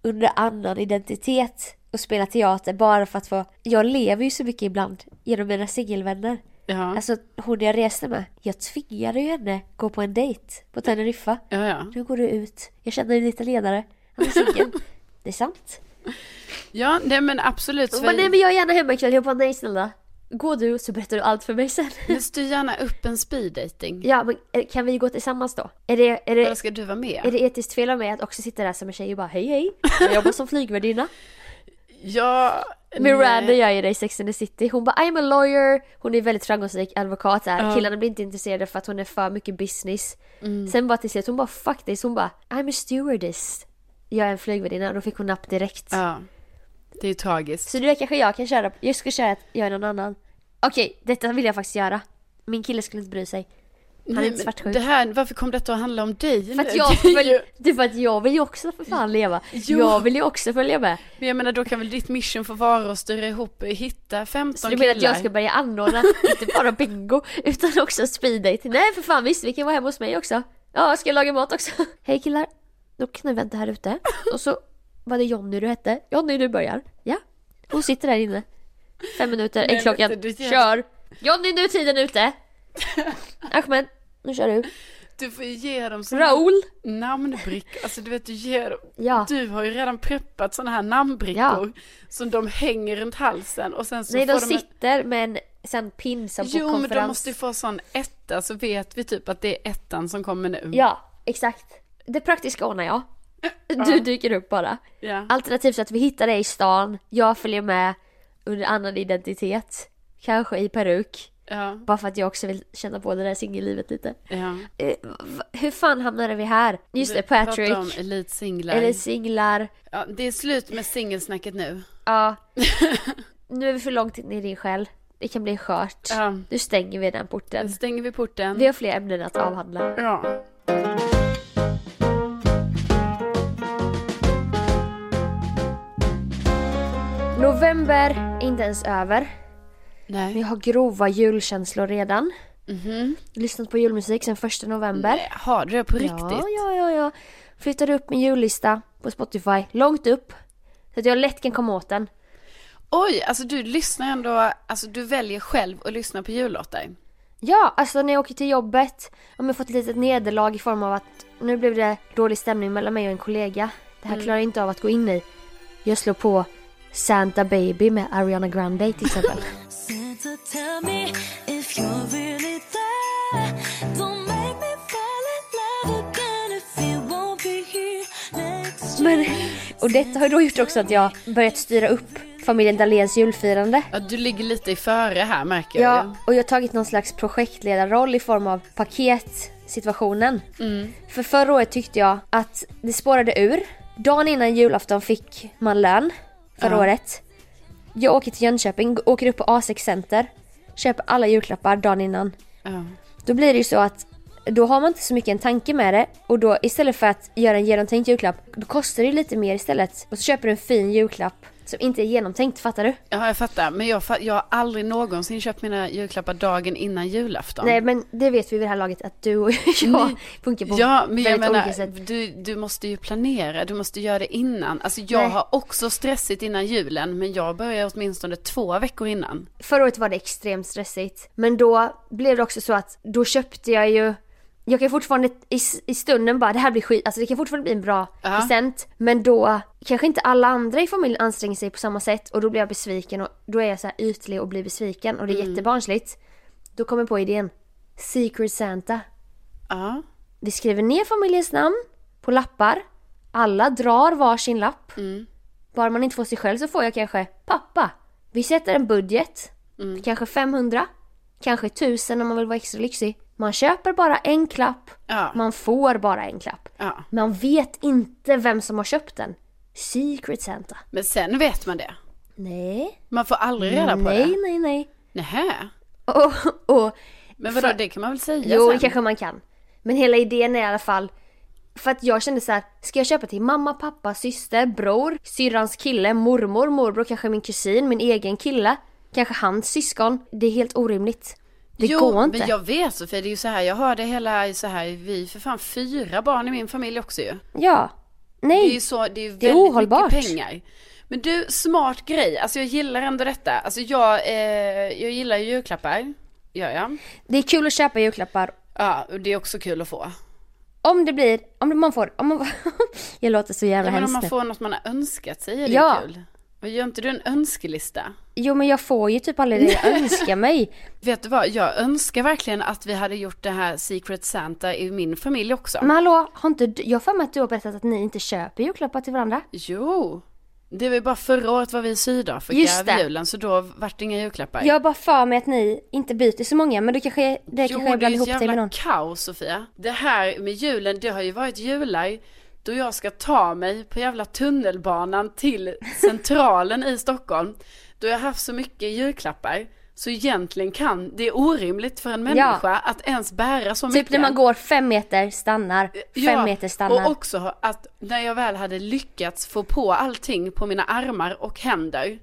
[SPEAKER 2] under annan identitet och spela teater bara för att få... Jag lever ju så mycket ibland genom mina singelvänner.
[SPEAKER 1] Ja,
[SPEAKER 2] Alltså hon jag reste med, jag tvingade ju henne gå på en dejt på Teneriffa.
[SPEAKER 1] ja, ja.
[SPEAKER 2] Nu går du ut, jag känner en italienare, han är singel. det är sant.
[SPEAKER 1] Ja, nej men absolut.
[SPEAKER 2] Hon
[SPEAKER 1] Sven.
[SPEAKER 2] bara, nej men jag är gärna hemma ikväll, jag bara nej snälla. Gå du så berättar du allt för mig sen.
[SPEAKER 1] men styr gärna upp en speed dating.
[SPEAKER 2] ja men eh, kan vi gå tillsammans då? Är det, är
[SPEAKER 1] Eller
[SPEAKER 2] det,
[SPEAKER 1] ska du vara med?
[SPEAKER 2] är det etiskt fel av mig att också sitta där som en tjej och bara hej hej, jag jobbar som flygvärdinna.
[SPEAKER 1] Ja,
[SPEAKER 2] Miranda
[SPEAKER 1] nej.
[SPEAKER 2] gör ju det i Sex and the City. Hon bara I'm a lawyer. Hon är väldigt framgångsrik advokat där.
[SPEAKER 1] Ja. Mm.
[SPEAKER 2] Killarna blir inte intresserade för att hon är för mycket business. Sen bara till slut, hon bara fuck this. Hon bara I'm a stewardess. Jag är en flygvärdinna och då fick hon napp direkt.
[SPEAKER 1] Ja, det är tragiskt.
[SPEAKER 2] Så det där kanske jag kan köra. Jag skulle köra att jag är någon annan. Okej, detta vill jag faktiskt göra. Min kille skulle inte bry sig. Han är
[SPEAKER 1] Nej,
[SPEAKER 2] inte
[SPEAKER 1] men
[SPEAKER 2] svartsjuk.
[SPEAKER 1] det här, varför kom detta att handla om dig?
[SPEAKER 2] För att
[SPEAKER 1] nu?
[SPEAKER 2] jag,
[SPEAKER 1] Det är ju-
[SPEAKER 2] vill, det är för att jag vill ju också för fan leva.
[SPEAKER 1] Jo.
[SPEAKER 2] Jag vill ju också följa med.
[SPEAKER 1] Men jag menar då kan väl ditt mission få vara att styra ihop, hitta 15
[SPEAKER 2] Så du
[SPEAKER 1] killar?
[SPEAKER 2] menar att jag ska börja anordna inte bara bingo utan också speeddate? Nej för fan visst, vi kan vara hemma hos mig också. Ja, ska jag laga mat också? Hej killar, då kan ni vänta här ute. Och så var det Jonny du hette. Jonny du börjar. Ja, hon sitter där inne. Fem minuter,
[SPEAKER 1] Nej,
[SPEAKER 2] är
[SPEAKER 1] men
[SPEAKER 2] klockan.
[SPEAKER 1] det- det-
[SPEAKER 2] Kör! Jonny nu är tiden ute! Ahmed, nu kör du.
[SPEAKER 1] Du får ju ge dem så
[SPEAKER 2] Raoul!
[SPEAKER 1] namnbrickor, alltså du vet du ger dem.
[SPEAKER 2] Ja.
[SPEAKER 1] Du har ju redan preppat sådana här namnbrickor som de hänger runt halsen och sen så
[SPEAKER 2] Nej
[SPEAKER 1] får
[SPEAKER 2] de
[SPEAKER 1] en-
[SPEAKER 2] sitter med en sån pin som på
[SPEAKER 1] Jo men de
[SPEAKER 2] konferens.
[SPEAKER 1] måste ju få sån etta så vet vi typ att det är ettan som kommer nu.
[SPEAKER 2] Ja, exakt. Det praktiska ordnar jag. Du dyker upp bara.
[SPEAKER 1] Ja.
[SPEAKER 2] Alternativt att vi hittar dig i stan, jag följer med under annan identitet. Kanske i peruk.
[SPEAKER 1] Ja.
[SPEAKER 2] Bara för att jag också vill känna på det där singellivet lite.
[SPEAKER 1] ja.
[SPEAKER 2] Eh, v- hur fan hamnade vi här? Just det,
[SPEAKER 1] Vi pratar om
[SPEAKER 2] Patrick.
[SPEAKER 1] elitsinglar.
[SPEAKER 2] Eller singlar.
[SPEAKER 1] Ja, det är slut med singelsnacket nu.
[SPEAKER 2] Ja. nu är vi för långt in i din själ. Det kan bli skört.
[SPEAKER 1] Ja.
[SPEAKER 2] Nu stänger vi den
[SPEAKER 1] Nu
[SPEAKER 2] porten.
[SPEAKER 1] stänger vi porten.
[SPEAKER 2] Mm. Vi har fler ämnen att avhandla.
[SPEAKER 1] Ja.
[SPEAKER 2] November är inte ens över. Vi
[SPEAKER 1] Nej.
[SPEAKER 2] har grova julkänslor redan. Lyssnat på julmusik sedan första november.
[SPEAKER 1] Har du det Mhm. på riktigt?
[SPEAKER 2] Ja, ja, ja, ja. Flyttade upp min jullista på Spotify långt upp. Så att jag lätt kan komma åt den.
[SPEAKER 1] Oj, alltså du lyssnar ändå, alltså du väljer själv att lyssna på jullåtar.
[SPEAKER 2] Ja, alltså när jag åker till jobbet om jag fått ett litet nederlag i form av att nu blev det dålig stämning mellan mig och en kollega. Det
[SPEAKER 1] Mm.
[SPEAKER 2] här klarar jag inte av att gå in i. Jag slår på Santa Baby med Ariana Grande till exempel.
[SPEAKER 5] Santa, tell me if you're really there. Don't make me fall in love again if you won't be here next year.
[SPEAKER 2] Men, och detta har då gjort också att jag börjat styra upp familjen Dahléns julfirande.
[SPEAKER 1] Ja, du ligger lite i före här märker jag.
[SPEAKER 2] Ja, och jag har tagit någon slags projektledarroll i form av paketsituationen. För förra året tyckte jag att det spårade ur. Dagen innan julafton fick man lön förra året. Jag åker till Jönköping, åker upp på A6 Center, köper alla julklappar dagen innan.
[SPEAKER 1] Ja.
[SPEAKER 2] Då blir det ju så att då har man inte så mycket en tanke med det och då istället för att göra en genomtänkt julklapp då kostar det ju lite mer istället. Och så köper du en fin julklapp som inte är genomtänkt, fattar du?
[SPEAKER 1] Ja, jag fattar. Men jag, fa- jag har aldrig någonsin köpt mina julklappar dagen innan julafton.
[SPEAKER 2] Nej men det vet vi vid det här laget att du och jag funkar på
[SPEAKER 1] Ja, men
[SPEAKER 2] väldigt
[SPEAKER 1] jag
[SPEAKER 2] olika sätt.
[SPEAKER 1] menar, du, du måste ju planera, du måste göra det innan. Alltså jag
[SPEAKER 2] Nej.
[SPEAKER 1] har också stressigt innan julen, men jag börjar åtminstone två veckor innan.
[SPEAKER 2] Förra året var det extremt stressigt. Men då blev det också så att då köpte jag ju jag kan fortfarande i, i stunden bara det här blir skit, alltså det kan fortfarande bli en bra
[SPEAKER 1] Ja.
[SPEAKER 2] present men då kanske inte alla andra i familjen anstränger sig på samma sätt och då blir jag besviken och då är jag så här ytlig och blir besviken och det är
[SPEAKER 1] Mm.
[SPEAKER 2] jättebarnsligt. Då kommer jag på idén. Secret Santa.
[SPEAKER 1] Ja,
[SPEAKER 2] Vi skriver ner familjens namn på lappar. Alla drar varsin lapp.
[SPEAKER 1] Mm.
[SPEAKER 2] Bara man inte får sig själv så får jag kanske pappa. Vi sätter en budget.
[SPEAKER 1] Mm.
[SPEAKER 2] Kanske 500. Kanske 1000 om man vill vara extra lyxig. Man köper bara en klapp.
[SPEAKER 1] ja,
[SPEAKER 2] Man får bara en klapp.
[SPEAKER 1] ja.
[SPEAKER 2] Man vet inte vem som har köpt den. Secret Santa.
[SPEAKER 1] Men sen vet man det.
[SPEAKER 2] Nej.
[SPEAKER 1] Man får aldrig reda på
[SPEAKER 2] nej,
[SPEAKER 1] det.
[SPEAKER 2] nej, nej.
[SPEAKER 1] Nähä.
[SPEAKER 2] Och, och
[SPEAKER 1] Men vadå, det kan man väl säga
[SPEAKER 2] Jo,
[SPEAKER 1] sen?
[SPEAKER 2] det kanske man kan. Men hela idén är i alla fall för att jag kände så här, ska jag köpa till mamma, pappa, syster, bror, syrrans kille, mormor, morbror, kanske min kusin, min egen kille, kanske hans syskon. Det är helt orimligt. Det
[SPEAKER 1] jo,
[SPEAKER 2] går inte.
[SPEAKER 1] men jag vet Sofia, det är ju så här, jag har det hela så här, vi är för fan fyra barn i min familj också ju.
[SPEAKER 2] Ja. Nej.
[SPEAKER 1] Det är ju så, det är ju
[SPEAKER 2] Det är
[SPEAKER 1] väldigt
[SPEAKER 2] ohållbart.
[SPEAKER 1] mycket pengar. Men du, smart grej. Alltså jag gillar ändå detta. Alltså jag, eh, jag gillar ju julklappar. Gör jag.
[SPEAKER 2] Det är kul att köpa julklappar
[SPEAKER 1] Ja, och det är också kul att få.
[SPEAKER 2] om det blir, om man får, om man, jag låter så jävla
[SPEAKER 1] Ja, men om
[SPEAKER 2] hemskt
[SPEAKER 1] man
[SPEAKER 2] nu.
[SPEAKER 1] får något man har önskat sig är det
[SPEAKER 2] Ja.
[SPEAKER 1] ja. kul. Och gör inte du en önskelista?
[SPEAKER 2] Jo men jag får ju typ aldrig det jag önskar mig.
[SPEAKER 1] Vet du vad, jag önskar verkligen att vi hade gjort det här Secret Santa i min familj också.
[SPEAKER 2] Men hallå, har inte du, jag har för mig att du har berättat att ni inte köper julklappar till varandra.
[SPEAKER 1] Jo. Det var ju bara förra året var vi i Sydafrika
[SPEAKER 2] Just
[SPEAKER 1] vid
[SPEAKER 2] det.
[SPEAKER 1] julen så då vart det inga julklappar.
[SPEAKER 2] Jag har bara för mig att ni inte byter så många men du kanske, det kanske jag
[SPEAKER 1] det är
[SPEAKER 2] blandar
[SPEAKER 1] ju
[SPEAKER 2] ihop dig med
[SPEAKER 1] jävla
[SPEAKER 2] någon.
[SPEAKER 1] kaos Sofia. Det här med julen, det har ju varit jular då jag ska ta mig på jävla tunnelbanan till centralen i Stockholm. Då jag har haft så mycket julklappar. Så egentligen kan, det är orimligt för en människa att ens bära så mycket.
[SPEAKER 2] Typ när man går fem meter, stannar, fem meter, stannar.
[SPEAKER 1] Och också att när jag väl hade lyckats få på allting på mina armar och händer,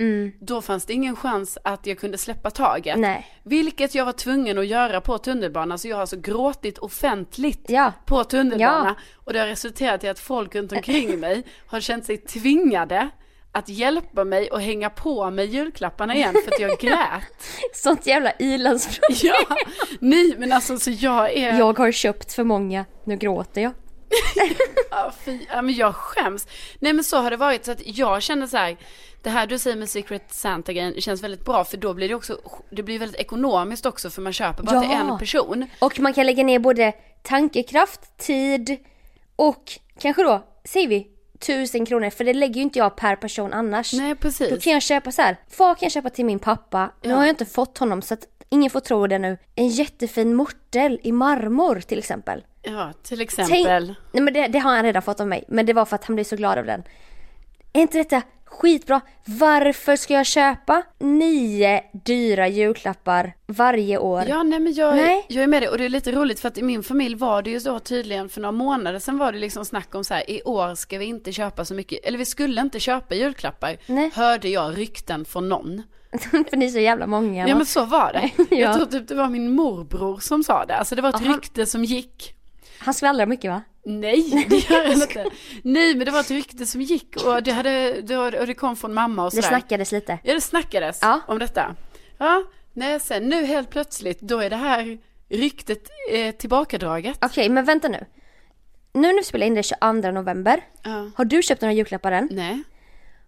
[SPEAKER 1] då fanns det ingen chans att jag kunde släppa taget.
[SPEAKER 2] Mm. Nej.
[SPEAKER 1] Vilket jag var tvungen att göra på tunnelbanan, så jag har alltså gråtit offentligt
[SPEAKER 2] Ja.
[SPEAKER 1] på tunnelbanan. Och det har resulterat i att folk runt omkring mig har känt sig tvingade att hjälpa mig och hänga på mig julklapparna igen för att jag grät.
[SPEAKER 2] Sånt jävla ilandsproblem.
[SPEAKER 1] Ja, nej men alltså så jag är...
[SPEAKER 2] Jag har köpt för många, nu gråter jag.
[SPEAKER 1] Ja, fy, ja, men jag skäms. Nej men så har det varit så att jag känner så här. Det här du säger med Secret Santa grejen känns väldigt bra för då blir det också, det blir väldigt ekonomiskt också för man köper bara till
[SPEAKER 2] Ja.
[SPEAKER 1] en person.
[SPEAKER 2] Och man kan lägga ner både tankekraft, tid och kanske då, säger vi, tusen kronor. För det lägger ju inte jag per person annars.
[SPEAKER 1] Nej precis.
[SPEAKER 2] Då kan jag köpa så här. vad kan jag köpa till min pappa? Nu har jag inte fått honom så att ingen får tro det nu. En jättefin mortel i marmor till exempel.
[SPEAKER 1] Ja till
[SPEAKER 2] Tänk,
[SPEAKER 1] exempel.
[SPEAKER 2] nej men det, det har han redan fått av mig. Men det var för att han blev så glad över den. Är inte detta skitbra? Varför ska jag köpa nio dyra julklappar varje år?
[SPEAKER 1] Ja, nej men jag,
[SPEAKER 2] Nej.
[SPEAKER 1] jag är med dig och det är lite roligt för att i min familj var det ju så tydligen för några månader sedan var det liksom snack om så här i år ska vi inte köpa så mycket, eller vi skulle inte köpa julklappar,
[SPEAKER 2] Nej.
[SPEAKER 1] hörde jag rykten från någon.
[SPEAKER 2] för ni är så jävla många.
[SPEAKER 1] Ja
[SPEAKER 2] va?
[SPEAKER 1] men så var det. Jag
[SPEAKER 2] Ja.
[SPEAKER 1] tror typ det var min morbror som sa det, alltså det var ett
[SPEAKER 2] Aha.
[SPEAKER 1] rykte som gick.
[SPEAKER 2] Han skvallrar mycket va?
[SPEAKER 1] Nej, det gör jag inte. Nej, men det var ett rykte som gick och det, hade, det, var- och det kom från mamma och
[SPEAKER 2] Det
[SPEAKER 1] sådär.
[SPEAKER 2] snackades lite.
[SPEAKER 1] Ja, det snackades
[SPEAKER 2] Ja.
[SPEAKER 1] om detta. Ja, nej, sen nu helt plötsligt, då är det här ryktet eh, tillbakadraget.
[SPEAKER 2] Okej, men vänta nu. Nu när vi spelar in det 22 november,
[SPEAKER 1] Ja. Mm.
[SPEAKER 2] har du köpt några julklappar än?
[SPEAKER 1] Nej.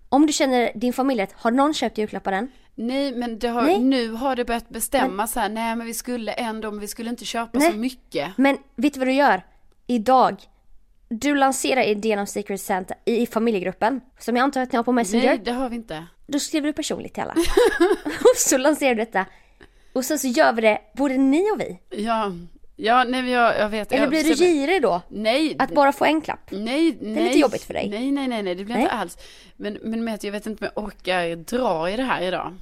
[SPEAKER 2] Om du känner din familj rätt, har någon köpt julklappar än?
[SPEAKER 1] Nej, men det har,
[SPEAKER 2] Nej.
[SPEAKER 1] nu har det börjat bestämmas här, nej men vi skulle ändå, men vi skulle inte köpa
[SPEAKER 2] Nej.
[SPEAKER 1] så Alltså, mycket.
[SPEAKER 2] Men vet du vad du gör? Idag, du lanserar idén om Secret Santa i, i familjegruppen, som jag antar att ni har på Messenger.
[SPEAKER 1] Nej, det har vi inte.
[SPEAKER 2] Då skriver du personligt till alla. och så lanserar du detta. Och sen så gör vi det, både ni och vi.
[SPEAKER 1] Ja, ja nej men jag, jag vet.
[SPEAKER 2] Eller
[SPEAKER 1] jag, Mm.
[SPEAKER 2] blir du girig då?
[SPEAKER 1] Nej,
[SPEAKER 2] Att bara få en klapp?
[SPEAKER 1] Nej, nej.
[SPEAKER 2] lite jobbigt för dig.
[SPEAKER 1] Nej, nej, nej, nej det blir
[SPEAKER 2] Nej.
[SPEAKER 1] inte alls. Men, men med att jag vet inte om jag orkar dra i det här idag.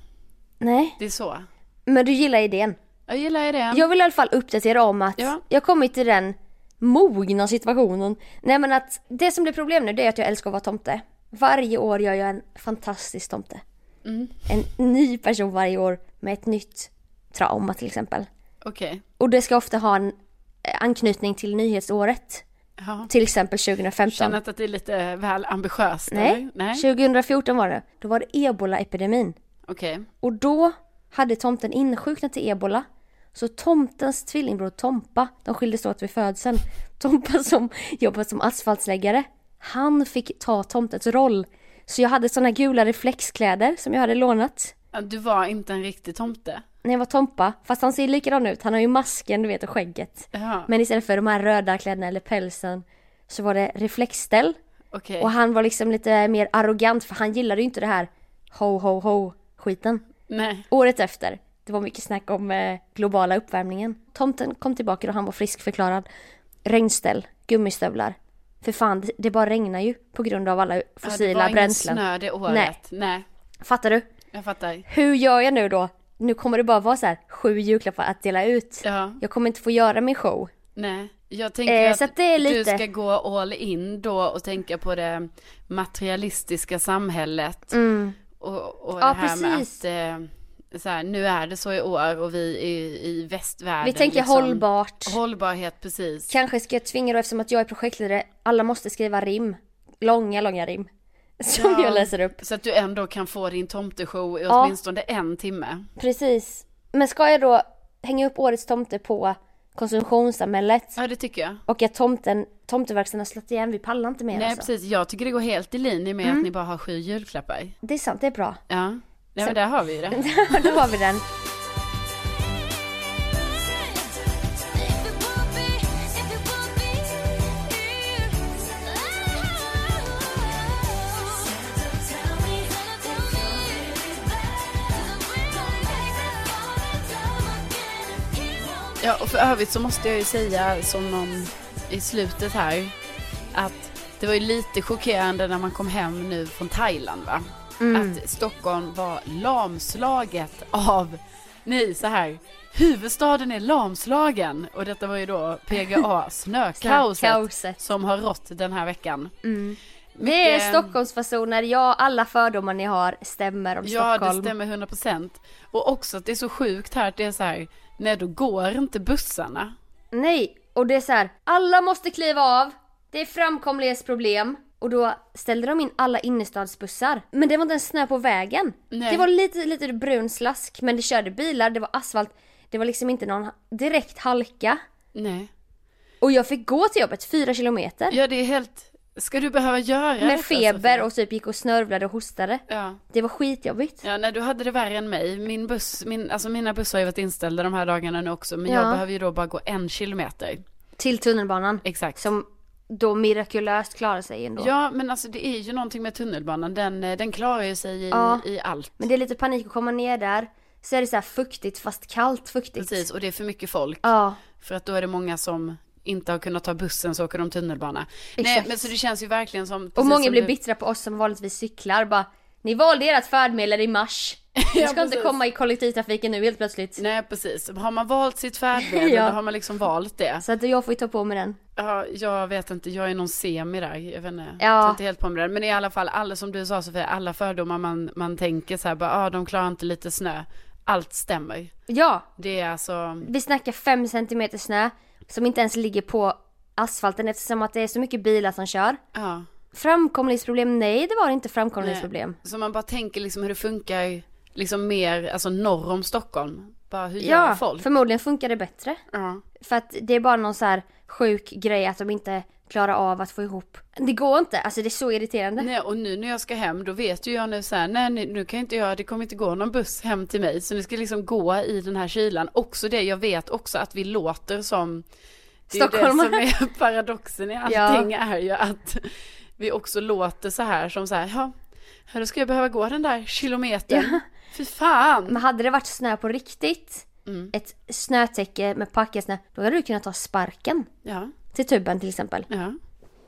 [SPEAKER 2] Nej.
[SPEAKER 1] Det är så.
[SPEAKER 2] Men du gillar idén?
[SPEAKER 1] Jag gillar ju det.
[SPEAKER 2] Jag vill i alla fall uppdatera om att
[SPEAKER 1] Ja.
[SPEAKER 2] jag kommit till den mogna situationen. Nej men att det som blir problem nu det är att jag älskar att vara tomte. Varje år gör jag en fantastisk tomte.
[SPEAKER 1] Mm.
[SPEAKER 2] En ny person varje år med ett nytt trauma till exempel.
[SPEAKER 1] Okej.
[SPEAKER 2] Och det ska ofta ha en eh, anknytning till nyhetsåret.
[SPEAKER 1] Ja.
[SPEAKER 2] Till exempel 2015.
[SPEAKER 1] Känner att det är lite väl ambitiöst?
[SPEAKER 2] Nej,
[SPEAKER 1] eller? Nej.
[SPEAKER 2] 2014 var det. Då var det ebola-epidemin.
[SPEAKER 1] Okej.
[SPEAKER 2] Och då hade tomten insjuknat i ebola. Så tomtens tvillingbror Tompa, de skildes åt vid födseln. Tompa som jobbat som asfaltsläggare, han fick ta tomtens roll. Så jag hade såna gula reflexkläder som jag hade lånat
[SPEAKER 1] Ja, Du var inte en riktig tomte?
[SPEAKER 2] när jag var Tompa. Fast han ser likadan ut, han har ju masken du vet och skägget.
[SPEAKER 1] Ja.
[SPEAKER 2] Men istället för de här röda kläderna eller pälsen så var det reflexställ.
[SPEAKER 1] Okej.
[SPEAKER 2] Och han var liksom lite mer arrogant för han gillade ju inte det här ho ho ho skiten.
[SPEAKER 1] Nej.
[SPEAKER 2] Året efter, det var mycket snack om eh, globala uppvärmningen. Tomten kom tillbaka och han var friskförklarad. Regnställ, gummistövlar. För fan, det- det bara regnar ju på grund av alla
[SPEAKER 1] Ja,
[SPEAKER 2] fossila bränslen.
[SPEAKER 1] Det var ingen snö det året.
[SPEAKER 2] Nej.
[SPEAKER 1] Nej. Nej,
[SPEAKER 2] Fattar du?
[SPEAKER 1] jag fattar.
[SPEAKER 2] Hur gör jag nu då? Nu kommer det bara vara så här sju julklappar att dela ut.
[SPEAKER 1] Ja.
[SPEAKER 2] Jag kommer inte få göra min show.
[SPEAKER 1] Nej, jag tänker
[SPEAKER 2] Eh,
[SPEAKER 1] att,
[SPEAKER 2] så att det är lite-
[SPEAKER 1] du ska gå all in då och tänka på det materialistiska samhället. Och, och
[SPEAKER 2] Mm. Ja,
[SPEAKER 1] det här
[SPEAKER 2] precis.
[SPEAKER 1] med att eh, så här, nu är det så i år och vi i, i västvärlden. liksom.
[SPEAKER 2] Vi tänker hållbart.
[SPEAKER 1] Hållbarhet, precis.
[SPEAKER 2] Kanske ska jag tvinga då eftersom att jag är projektledare, alla måste skriva rim. Långa, långa rim. Som
[SPEAKER 1] Ja.
[SPEAKER 2] jag läser upp.
[SPEAKER 1] Så att du ändå kan få din tomteshow i
[SPEAKER 2] Ja.
[SPEAKER 1] åtminstone en timme.
[SPEAKER 2] Precis. Men ska jag då hänga upp årets tomte på konsumtionssamhället
[SPEAKER 1] Ja, det tycker jag.
[SPEAKER 2] och att tomten, tomteverkstan har slått igen, vi pallar inte mer
[SPEAKER 1] Nej,
[SPEAKER 2] alltså. Mm.
[SPEAKER 1] precis. Jag tycker det går helt i linje med att ni bara har sju julklappar.
[SPEAKER 2] Det är sant, det är bra.
[SPEAKER 1] Ja, Nej, men där har vi ju det.
[SPEAKER 2] då har vi den.
[SPEAKER 1] Ja, och för övrigt så måste jag ju säga som någon i slutet här att det var ju lite chockerande när man kom hem nu från Thailand va?
[SPEAKER 2] Mm.
[SPEAKER 1] Att Stockholm var lamslaget av, nej så här, huvudstaden är lamslagen och detta var ju då PGA snökaoset
[SPEAKER 2] Snökaoset. Mm,
[SPEAKER 1] som har rått den här veckan.
[SPEAKER 2] Det är
[SPEAKER 1] Mycket- eh,
[SPEAKER 2] Stockholmsfasoner, ja alla fördomar ni har stämmer om
[SPEAKER 1] Ja, det
[SPEAKER 2] Stockholm.
[SPEAKER 1] stämmer 100%. Och också att det är så sjukt här att det är så här, nej då går inte bussarna.
[SPEAKER 2] Nej, och det är så här, alla måste kliva av, det är framkomlighetsproblem. Och då ställde de in alla innerstadsbussar. Men det var inte ens snö på vägen.
[SPEAKER 1] Nej.
[SPEAKER 2] Det var lite, lite brun slask, men det körde bilar, det var asfalt. Det var liksom inte någon direkt halka.
[SPEAKER 1] Nej.
[SPEAKER 2] Och jag fick gå till jobbet fyra kilometer.
[SPEAKER 1] Ja, det är helt... Ska du behöva göra detta,
[SPEAKER 2] med feber
[SPEAKER 1] Sofie?
[SPEAKER 2] och typ gick och snörvlade och hostade.
[SPEAKER 1] Ja.
[SPEAKER 2] Det var skitjobbigt.
[SPEAKER 1] ja, nej du hade det värre än mig. Min buss, min, alltså mina bussar har ju varit inställda de här dagarna nu också. Men jag
[SPEAKER 2] Ja.
[SPEAKER 1] behöver ju då bara gå en kilometer.
[SPEAKER 2] Till tunnelbanan.
[SPEAKER 1] Exakt.
[SPEAKER 2] Som då mirakulöst klarade sig ändå.
[SPEAKER 1] Ja, men alltså det är ju någonting med tunnelbanan. Den, eh, den klarar ju sig i,
[SPEAKER 2] Ja.
[SPEAKER 1] i allt.
[SPEAKER 2] Men det är lite panik att komma ner där. Så är det så här fuktigt fast kallt fuktigt.
[SPEAKER 1] Precis, och det är för mycket folk.
[SPEAKER 2] Ja.
[SPEAKER 1] För att då är det många som inte har kunnat ta bussen så åker de tunnelbana. Nej,
[SPEAKER 2] Exakt.
[SPEAKER 1] men så det känns ju verkligen som...
[SPEAKER 2] Och
[SPEAKER 1] precis
[SPEAKER 2] många
[SPEAKER 1] som
[SPEAKER 2] blir
[SPEAKER 1] du-
[SPEAKER 2] bittra på oss som vanligtvis cyklar. Bara, ni valde ert färdmedel i mars. Ni
[SPEAKER 1] Ja,
[SPEAKER 2] ska inte
[SPEAKER 1] precis.
[SPEAKER 2] komma i kollektivtrafiken nu helt plötsligt.
[SPEAKER 1] Nej, precis. Har man valt sitt färdmedel,
[SPEAKER 2] Ja.
[SPEAKER 1] då har man liksom valt det.
[SPEAKER 2] Så att jag får ju ta på mig den.
[SPEAKER 1] Ja, jag vet inte, jag är någon semi där, jag vet inte.
[SPEAKER 2] Ja.
[SPEAKER 1] Jag tar inte helt på mig det. Men i alla fall, alla som du sa Sofia, alla fördomar man, man tänker så här, bara, ah, de klarar inte lite snö. Allt stämmer.
[SPEAKER 2] Ja,
[SPEAKER 1] Det är alltså,
[SPEAKER 2] vi snackar 5 centimeter snö som inte ens ligger på asfalten eftersom att det är så mycket bilar som kör.
[SPEAKER 1] ja.
[SPEAKER 2] Framkomlighetsproblem? Nej, det var det inte framkomlighetsproblem.
[SPEAKER 1] Så man bara tänker liksom hur det funkar, liksom mer, alltså norr om Stockholm. Bara hur gör
[SPEAKER 2] Ja,
[SPEAKER 1] folk?
[SPEAKER 2] förmodligen funkar det bättre.
[SPEAKER 1] Ja.
[SPEAKER 2] För att det är bara någon så här sjuk grej att de inte klarar av att få ihop. Det går inte, alltså det är så irriterande.
[SPEAKER 1] Nej, och nu när jag ska hem, då vet ju jag nu så här, nej nu- nu kan inte jag, det kommer inte gå någon buss hem till mig. Så nu ska jag liksom gå i den här kylan. Också det, jag vet också att vi låter som Det är ju det som
[SPEAKER 2] Stockholmare.
[SPEAKER 1] är paradoxen i allting är ju att vi också låter så här som så här, ja, ja, då ska jag behöva gå den där kilometern. Fy fan!
[SPEAKER 2] Men hade det varit snö på riktigt,
[SPEAKER 1] Mm.
[SPEAKER 2] ett snötäcke med packat snö, då hade du kunnat ta sparken
[SPEAKER 1] Ja,
[SPEAKER 2] till tuben till exempel.
[SPEAKER 1] ja,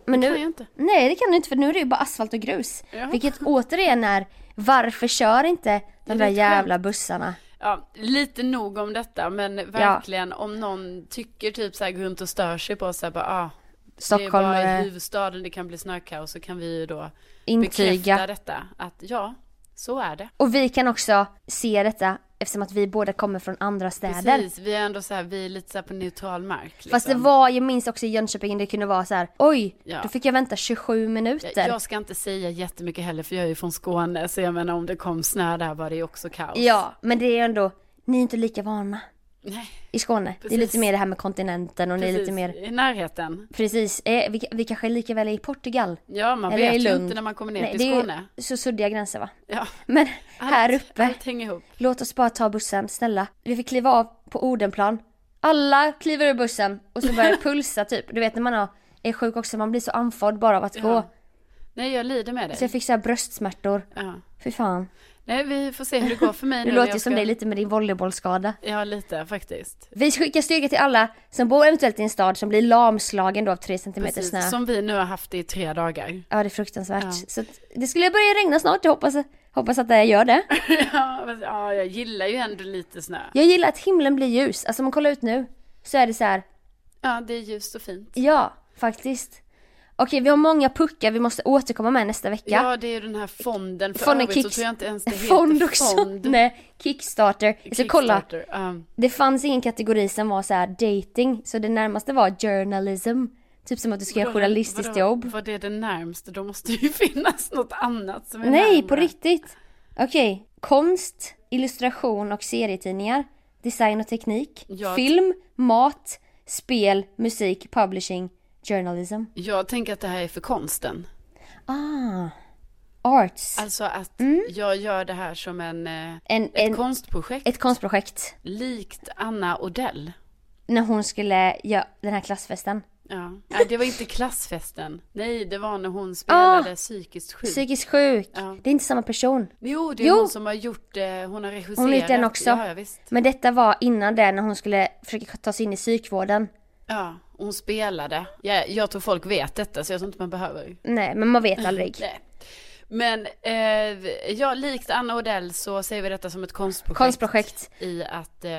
[SPEAKER 2] Men
[SPEAKER 1] det
[SPEAKER 2] nu,
[SPEAKER 1] kan jag inte.
[SPEAKER 2] Nej, det kan du inte för nu är det ju bara asfalt och grus.
[SPEAKER 1] Ja.
[SPEAKER 2] Vilket återigen är, varför kör inte de
[SPEAKER 1] Det är
[SPEAKER 2] där
[SPEAKER 1] ett
[SPEAKER 2] jävla bussarna?
[SPEAKER 1] Ja, lite nog om detta, men verkligen om någon tycker typ så här, går runt och stör sig på oss, så här bara, ah, Det är bara i
[SPEAKER 2] stockholmare
[SPEAKER 1] huvudstaden det kan bli snökaos så kan vi ju då bekräfta
[SPEAKER 2] intyga.
[SPEAKER 1] detta. Att ja, så är det.
[SPEAKER 2] Och vi kan också se detta eftersom att vi båda kommer från andra städer.
[SPEAKER 1] Precis, vi är ändå så här, vi är lite så här på neutral mark. Liksom.
[SPEAKER 2] Fast det var, jag minns också i Jönköping, det kunde vara så här, oj,
[SPEAKER 1] Ja.
[SPEAKER 2] då fick jag vänta 27
[SPEAKER 1] Jag-
[SPEAKER 2] minuter.
[SPEAKER 1] Jag ska inte säga jättemycket heller för jag är ju från Skåne så jag menar om det kom snö där var det ju också kaos.
[SPEAKER 2] Ja, men det är ändå, ni är inte lika vana
[SPEAKER 1] Nej,
[SPEAKER 2] i Skåne. Det
[SPEAKER 1] Precis.
[SPEAKER 2] är lite mer det här med kontinenten och ni är lite
[SPEAKER 1] precis,
[SPEAKER 2] mer,
[SPEAKER 1] I närheten.
[SPEAKER 2] precis, eh, vi, vi kanske är lika väl är i Portugal.
[SPEAKER 1] Ja, man
[SPEAKER 2] Eller i
[SPEAKER 1] vet ju
[SPEAKER 2] Lund.
[SPEAKER 1] inte när man kommer ner
[SPEAKER 2] Nej,
[SPEAKER 1] till
[SPEAKER 2] det är
[SPEAKER 1] Skåne.
[SPEAKER 2] ju så suddiga gränser va?
[SPEAKER 1] Ja.
[SPEAKER 2] Men här
[SPEAKER 1] allt,
[SPEAKER 2] uppe,
[SPEAKER 1] Allt hänger ihop.
[SPEAKER 2] låt oss bara ta bussen, snälla. Vi fick kliva av på Odenplan. Alla kliver ur bussen och så börjar det pulsa typ. Du vet när man har, är sjuk också, man blir så andfådd bara av att gå.
[SPEAKER 1] Ja. Nej, jag lider med dig.
[SPEAKER 2] Så jag fick så här bröstsmärtor.
[SPEAKER 1] Ja.
[SPEAKER 2] Fy fan.
[SPEAKER 1] Nej, vi får se hur det går för mig nu.
[SPEAKER 2] Du
[SPEAKER 1] när
[SPEAKER 2] låter ju
[SPEAKER 1] jag
[SPEAKER 2] som
[SPEAKER 1] ska-
[SPEAKER 2] dig lite med din volleybollskada.
[SPEAKER 1] Ja, lite faktiskt.
[SPEAKER 2] Vi skickar styrka till alla som bor eventuellt i en stad som blir lamslagen då av 3 cm
[SPEAKER 1] Precis,
[SPEAKER 2] snö.
[SPEAKER 1] som vi nu har haft i tre dagar.
[SPEAKER 2] Ja, det är fruktansvärt.
[SPEAKER 1] Ja.
[SPEAKER 2] Så att det skulle börja regna snart, jag hoppas, hoppas att det gör det.
[SPEAKER 1] ja, men, ja, jag gillar ju ändå lite snö.
[SPEAKER 2] Jag gillar att himlen blir ljus. Alltså om man kollar ut nu så är det så här,
[SPEAKER 1] Ja, det är ljust och fint.
[SPEAKER 2] ja, faktiskt. Okej, vi har många puckar vi måste återkomma med nästa vecka.
[SPEAKER 1] Ja, det är ju den här fonden. För
[SPEAKER 2] Fonden
[SPEAKER 1] övrigt så
[SPEAKER 2] kicks-
[SPEAKER 1] tror jag inte ens det heter
[SPEAKER 2] Fond också.
[SPEAKER 1] fond.
[SPEAKER 2] Nej, Kickstarter. Jag ska kolla.
[SPEAKER 1] Kickstarter, Um, ja.
[SPEAKER 2] Det fanns ingen kategori som var så här dating, så det närmaste var journalism. Typ som att du ska göra
[SPEAKER 1] Vadå,
[SPEAKER 2] journalistiskt
[SPEAKER 1] vadå,
[SPEAKER 2] jobb.
[SPEAKER 1] Vad är det närmaste? Då måste ju finnas något annat som är
[SPEAKER 2] Nej,
[SPEAKER 1] närmare.
[SPEAKER 2] på riktigt! Okej, konst, illustration och serietidningar, design och teknik,
[SPEAKER 1] Ja.
[SPEAKER 2] film, mat, spel, musik, publishing, journalism.
[SPEAKER 1] Jag tänker att det här är för konsten.
[SPEAKER 2] Ah, arts.
[SPEAKER 1] Alltså att jag gör det här som en, eh,
[SPEAKER 2] En-
[SPEAKER 1] ett
[SPEAKER 2] Mm. en-
[SPEAKER 1] konstprojekt.
[SPEAKER 2] Ett konstprojekt
[SPEAKER 1] Likt Anna Odell.
[SPEAKER 2] när hon skulle göra den här klassfesten.
[SPEAKER 1] Ja. Nej, det var inte klassfesten. Nej, det var när hon spelade psykiskt sjuk.
[SPEAKER 2] Ah, Psykiskt sjuk.
[SPEAKER 1] Ja.
[SPEAKER 2] Det är inte samma person.
[SPEAKER 1] Jo, det är
[SPEAKER 2] Jo.
[SPEAKER 1] hon som har gjort, eh, hon har regisserat.
[SPEAKER 2] Hon har gjort den också.
[SPEAKER 1] Ja, ja, visst.
[SPEAKER 2] Men detta var innan det, när hon skulle försöka ta sig in i psykvården.
[SPEAKER 1] Ja, hon spelade. Jag, jag tror folk vet detta, så jag tror inte man behöver.
[SPEAKER 2] Nej, men man
[SPEAKER 1] Mm.
[SPEAKER 2] vet aldrig.
[SPEAKER 1] Nej. Men eh, ja, likt Anna Odell så ser vi detta som ett konstprojekt.
[SPEAKER 2] Konstprojekt.
[SPEAKER 1] I att eh,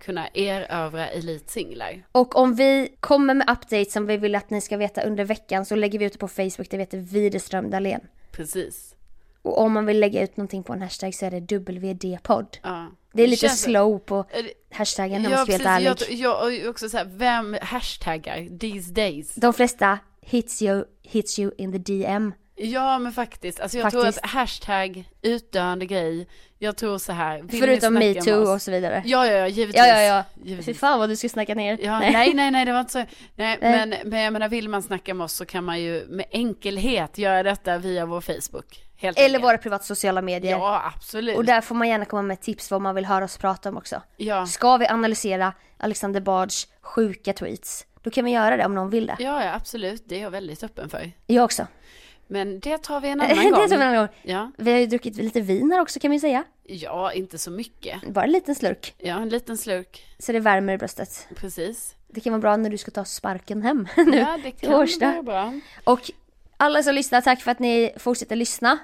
[SPEAKER 1] kunna erövra elitsinglar.
[SPEAKER 2] Och om vi kommer med updates som vi vill att ni ska veta under veckan så lägger vi ut det på Facebook, det heter Widerström Dahlén.
[SPEAKER 1] Precis.
[SPEAKER 2] Och om man vill lägga ut någonting på en hashtag så är det WD-podd.
[SPEAKER 1] Ja.
[SPEAKER 2] Det är lite
[SPEAKER 1] känns-
[SPEAKER 2] slow på
[SPEAKER 1] Är det-
[SPEAKER 2] hashtaggen om
[SPEAKER 1] Ja,
[SPEAKER 2] jag ska
[SPEAKER 1] precis.
[SPEAKER 2] vara helt
[SPEAKER 1] Jag,
[SPEAKER 2] ärlig.
[SPEAKER 1] jag, och också så här, vem hashtaggar these days?
[SPEAKER 2] De flesta hits you, hits you in the DM.
[SPEAKER 1] Ja men faktiskt, alltså jag
[SPEAKER 2] Faktiskt.
[SPEAKER 1] tror att hashtag utdöende grej, jag tror så här. vill ni
[SPEAKER 2] Förutom
[SPEAKER 1] snacka med oss?
[SPEAKER 2] metoo och så vidare.
[SPEAKER 1] Ja ja ja, givetvis.
[SPEAKER 2] Ja, ja, ja. Fy
[SPEAKER 1] Givetvis.
[SPEAKER 2] fan vad du ska snacka ner.
[SPEAKER 1] Ja, nej, nej, nej, det var inte så. Nej,
[SPEAKER 2] Nej.
[SPEAKER 1] Men, men jag menar, vill man snacka med oss så kan man ju med enkelhet göra detta via vår Facebook. Helt
[SPEAKER 2] Eller
[SPEAKER 1] enkelt.
[SPEAKER 2] våra privata sociala medier.
[SPEAKER 1] Ja, absolut.
[SPEAKER 2] Och där får man gärna komma med tips vad man vill höra oss prata om också.
[SPEAKER 1] Ja.
[SPEAKER 2] Ska vi analysera Alexander Bards sjuka tweets? Då kan vi göra det om någon vill det.
[SPEAKER 1] Ja, ja, absolut. Det är jag väldigt öppen för.
[SPEAKER 2] Jag också.
[SPEAKER 1] Men det tar vi en
[SPEAKER 2] det
[SPEAKER 1] annan gång.
[SPEAKER 2] är som en annan gång.
[SPEAKER 1] Ja.
[SPEAKER 2] Vi har ju druckit lite vin här också kan vi säga.
[SPEAKER 1] ja, inte så mycket.
[SPEAKER 2] Bara en liten slurk.
[SPEAKER 1] Ja, en liten slurk.
[SPEAKER 2] Så det värmer i bröstet.
[SPEAKER 1] Precis.
[SPEAKER 2] Det kan vara bra när du ska ta sparken hem nu.
[SPEAKER 1] ja, det
[SPEAKER 2] till
[SPEAKER 1] kan
[SPEAKER 2] Årsta.
[SPEAKER 1] vara bra.
[SPEAKER 2] Och alla som lyssnar, tack för att ni fortsätter lyssna.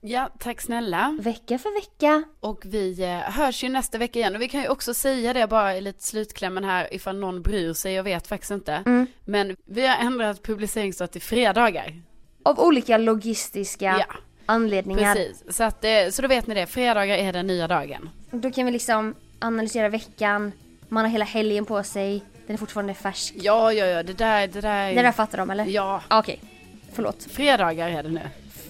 [SPEAKER 1] Ja, tack snälla.
[SPEAKER 2] Vecka för vecka.
[SPEAKER 1] Och vi eh, hörs ju nästa vecka igen. Och vi kan ju också säga det bara i lite slutklämmen här ifall någon bryr sig, jag vet faktiskt inte.
[SPEAKER 2] Mm.
[SPEAKER 1] Men vi har ändrat publiceringsdag till fredagar.
[SPEAKER 2] Av olika logistiska
[SPEAKER 1] Ja.
[SPEAKER 2] anledningar.
[SPEAKER 1] Precis, så, att, eh, så då vet ni det. Fredagar är den nya dagen.
[SPEAKER 2] Då kan vi liksom analysera veckan. Man har hela helgen på sig. Den är fortfarande färsk.
[SPEAKER 1] Ja, ja, ja, det där, det där.
[SPEAKER 2] Det där fattar de eller? Ah,
[SPEAKER 1] Ja.
[SPEAKER 2] Okej. Förlåt.
[SPEAKER 1] Fredagar är det nu.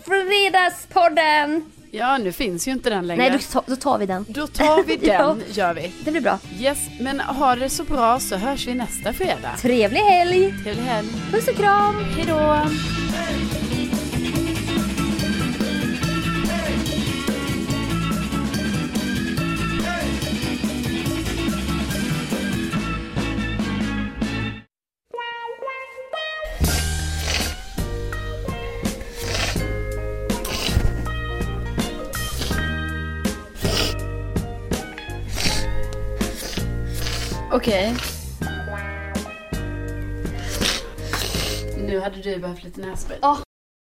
[SPEAKER 2] Fredagspodden!
[SPEAKER 1] Ja, nu finns ju inte den längre.
[SPEAKER 2] Nej, då, ta- då tar vi den.
[SPEAKER 1] Då tar vi
[SPEAKER 2] Ja.
[SPEAKER 1] den, gör vi.
[SPEAKER 2] Det blir bra.
[SPEAKER 1] Yes, men ha det så bra så hörs vi nästa fredag.
[SPEAKER 2] Trevlig helg!
[SPEAKER 1] Trevlig helg.
[SPEAKER 2] Puss och kram!
[SPEAKER 1] Hej då! Okej. Nu hade du behövt lite nässpray.
[SPEAKER 2] Åh.